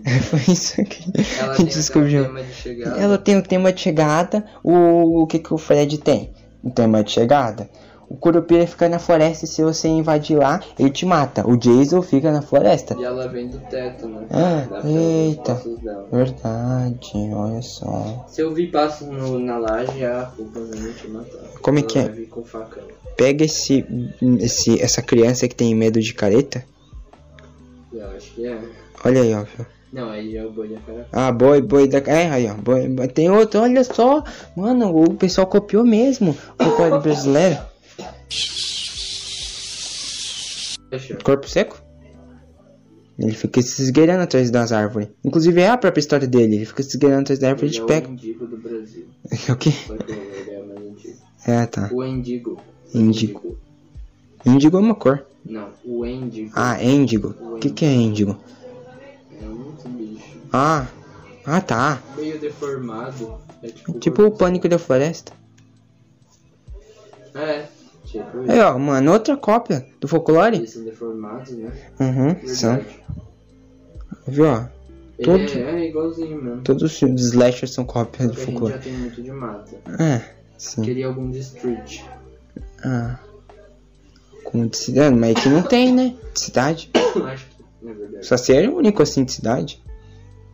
C: Foi isso que
B: Ela
C: a
B: tem
C: gente
B: até um
C: descobriu.
B: tema de chegada.
C: Ela tem o tema de chegada. O, o que, que o Fred tem? O tema de chegada. O Curupira fica na floresta e se você invadir lá, ele te mata. O Jason fica na floresta.
B: E ela vem do teto, né?
C: Ah,
B: Dá pra ver os
C: eita.
B: passos dela.
C: Verdade, olha só.
B: Se eu vi passos no- na laje, a culpa vai me te matar.
C: Como é
B: Ela
C: que é?
B: vai vir com facão.
C: Pega esse, esse, essa criança que tem medo de careta.
B: Eu acho que é.
C: Olha aí, ó.
B: Não, aí já é o boi da cara.
C: Ah, boi, boi da. É, aí, ó. Boi, boi. Tem outro, olha só. Mano, o pessoal copiou mesmo. O folclore brasileiro.
B: Fechou.
C: Corpo seco? Ele fica se esgueirando atrás das árvores. Inclusive é a própria história dele. Ele fica se esgueirando atrás da árvore e
B: Ele é
C: te
B: o
C: pega.
B: indigo do Brasil.
C: o quê?
B: Só que ele é mais antigo.
C: É, tá.
B: O indigo.
C: Indigo. Índigo é uma cor.
B: Não, o indigo.
C: Ah, índigo. O que, que é índigo?
B: É muito bicho.
C: Ah. Ah tá.
B: Meio deformado. É tipo.
C: Tipo o pânico da floresta.
B: É, tipo
C: Aí, ó, mano, outra cópia do folclore.
B: isso. deformados, né?
C: Uhum, são.
B: Verdade.
C: Viu, ó?
B: Ele
C: Todo- tipo.
B: é, é igualzinho mesmo.
C: Todos os filmes de slasher são cópias
B: Só
C: do
B: que a gente já
C: folclore.
B: tem muito de mata.
C: É, sim.
B: Queria algum de street.
C: Ah. Como de cidade, mas aqui não tem, né? De cidade.
B: Acho que, na verdade.
C: Só seria o único assim de cidade.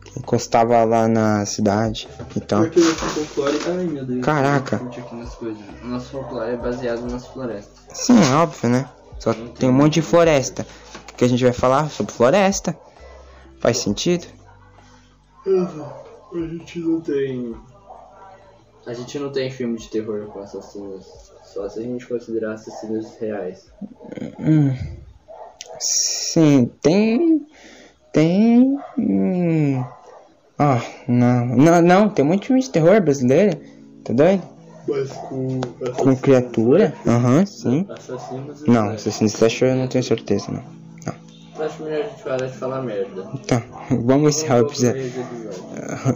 C: Que encostava lá na cidade e tal.
B: Porque o nosso folclore. Ai meu Deus.
C: Caraca.
B: eu curti Aqui nas coisas. O Nosso folclore é baseado nas florestas.
C: Sim, é óbvio, né? Só tem um monte de floresta. O que a gente vai falar sobre floresta? Faz sentido?
B: A gente não tem. A gente não tem filme de terror com assassinos. Só se a gente considerar assassinos reais.
C: Sim, tem. Tem. hum, Ah, não. Não, não, tem muito filme de terror brasileiro. Tá doido?
G: Mas com.
C: Com criatura? Aham, sim.
G: Assassinos e
C: Não,
G: Slash.
C: Assassin's Slasher eu não tenho certeza, não.
G: Acho melhor a gente parar de falar merda.
C: Tá, vamos encerrar o
G: Vamos pro
C: episódio.
G: meio do episódio.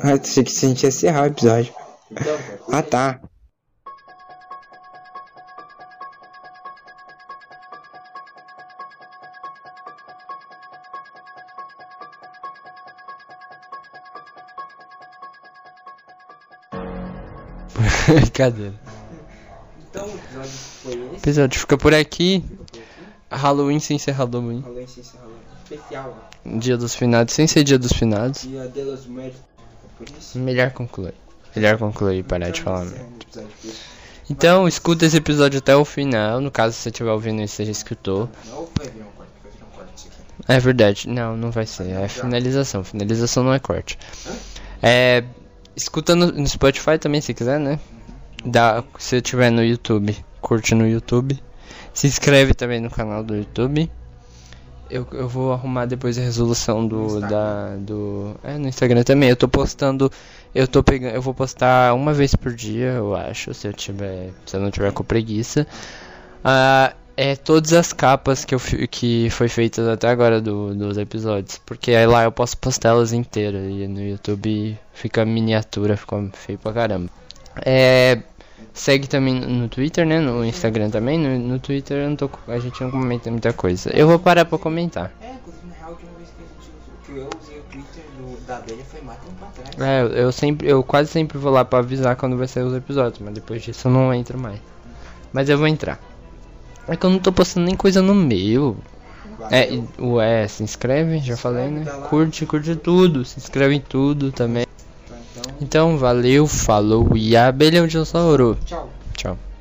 C: Ah, Achei que a gente ia encerrar o episódio.
G: Então, cara,
C: Ah, tá.
B: Brincadeira.
G: então o episódio foi
B: O
G: esse.
B: episódio fica por aqui. Halloween sem ser Halloween.
G: Halloween se encerrou. Especial.
B: Dia dos finados sem ser dia dos finados.
G: Dia de los Muertos. É Por isso.
B: Melhor concluir. Melhor concluir e parar né,
G: Então,
B: de falar. merda.
G: Encerramos o episódio por isso.
B: Então, escuta esse episódio até o final. No caso, se você estiver ouvindo isso, você já escutou.
G: Não vai vir um corte, vai vir um corte isso aqui.
B: É verdade. Não, não vai ser. É finalização. Finalização não é corte. É. Escuta no, no Spotify também se quiser, né? Dá, se tiver no YouTube, curte no YouTube. Se inscreve também no canal do YouTube. Eu, eu vou arrumar depois a resolução do da do é no Instagram também. Eu tô postando, eu tô pegando, eu vou postar uma vez por dia, eu acho, se eu tiver, se eu não tiver com preguiça. Ah, é todas as capas que eu fi- que foi feitas até agora do, dos episódios, porque aí lá eu posso postar elas inteiras e no YouTube fica miniatura, fica feio pra caramba. É, Segue também no Twitter, né? No Instagram também. No, no Twitter eu não tô, a gente não comenta muita coisa. Eu vou parar pra comentar.
G: É, inclusive, na real, a última vez que, a gente, que eu usei o Twitter do, da abelha foi um mais tempo atrás.
B: É, eu, eu sempre, eu quase sempre vou lá pra avisar quando vai sair os episódios, mas depois disso eu não entro mais. Mas eu vou entrar. É que eu não tô postando nem coisa no meu. É, e- ué, se inscreve, já falei, né? Curte, curte tudo, se inscreve em tudo também. Então, valeu, falou e abelha é um dinossauro.
G: Tchau.
B: Tchau.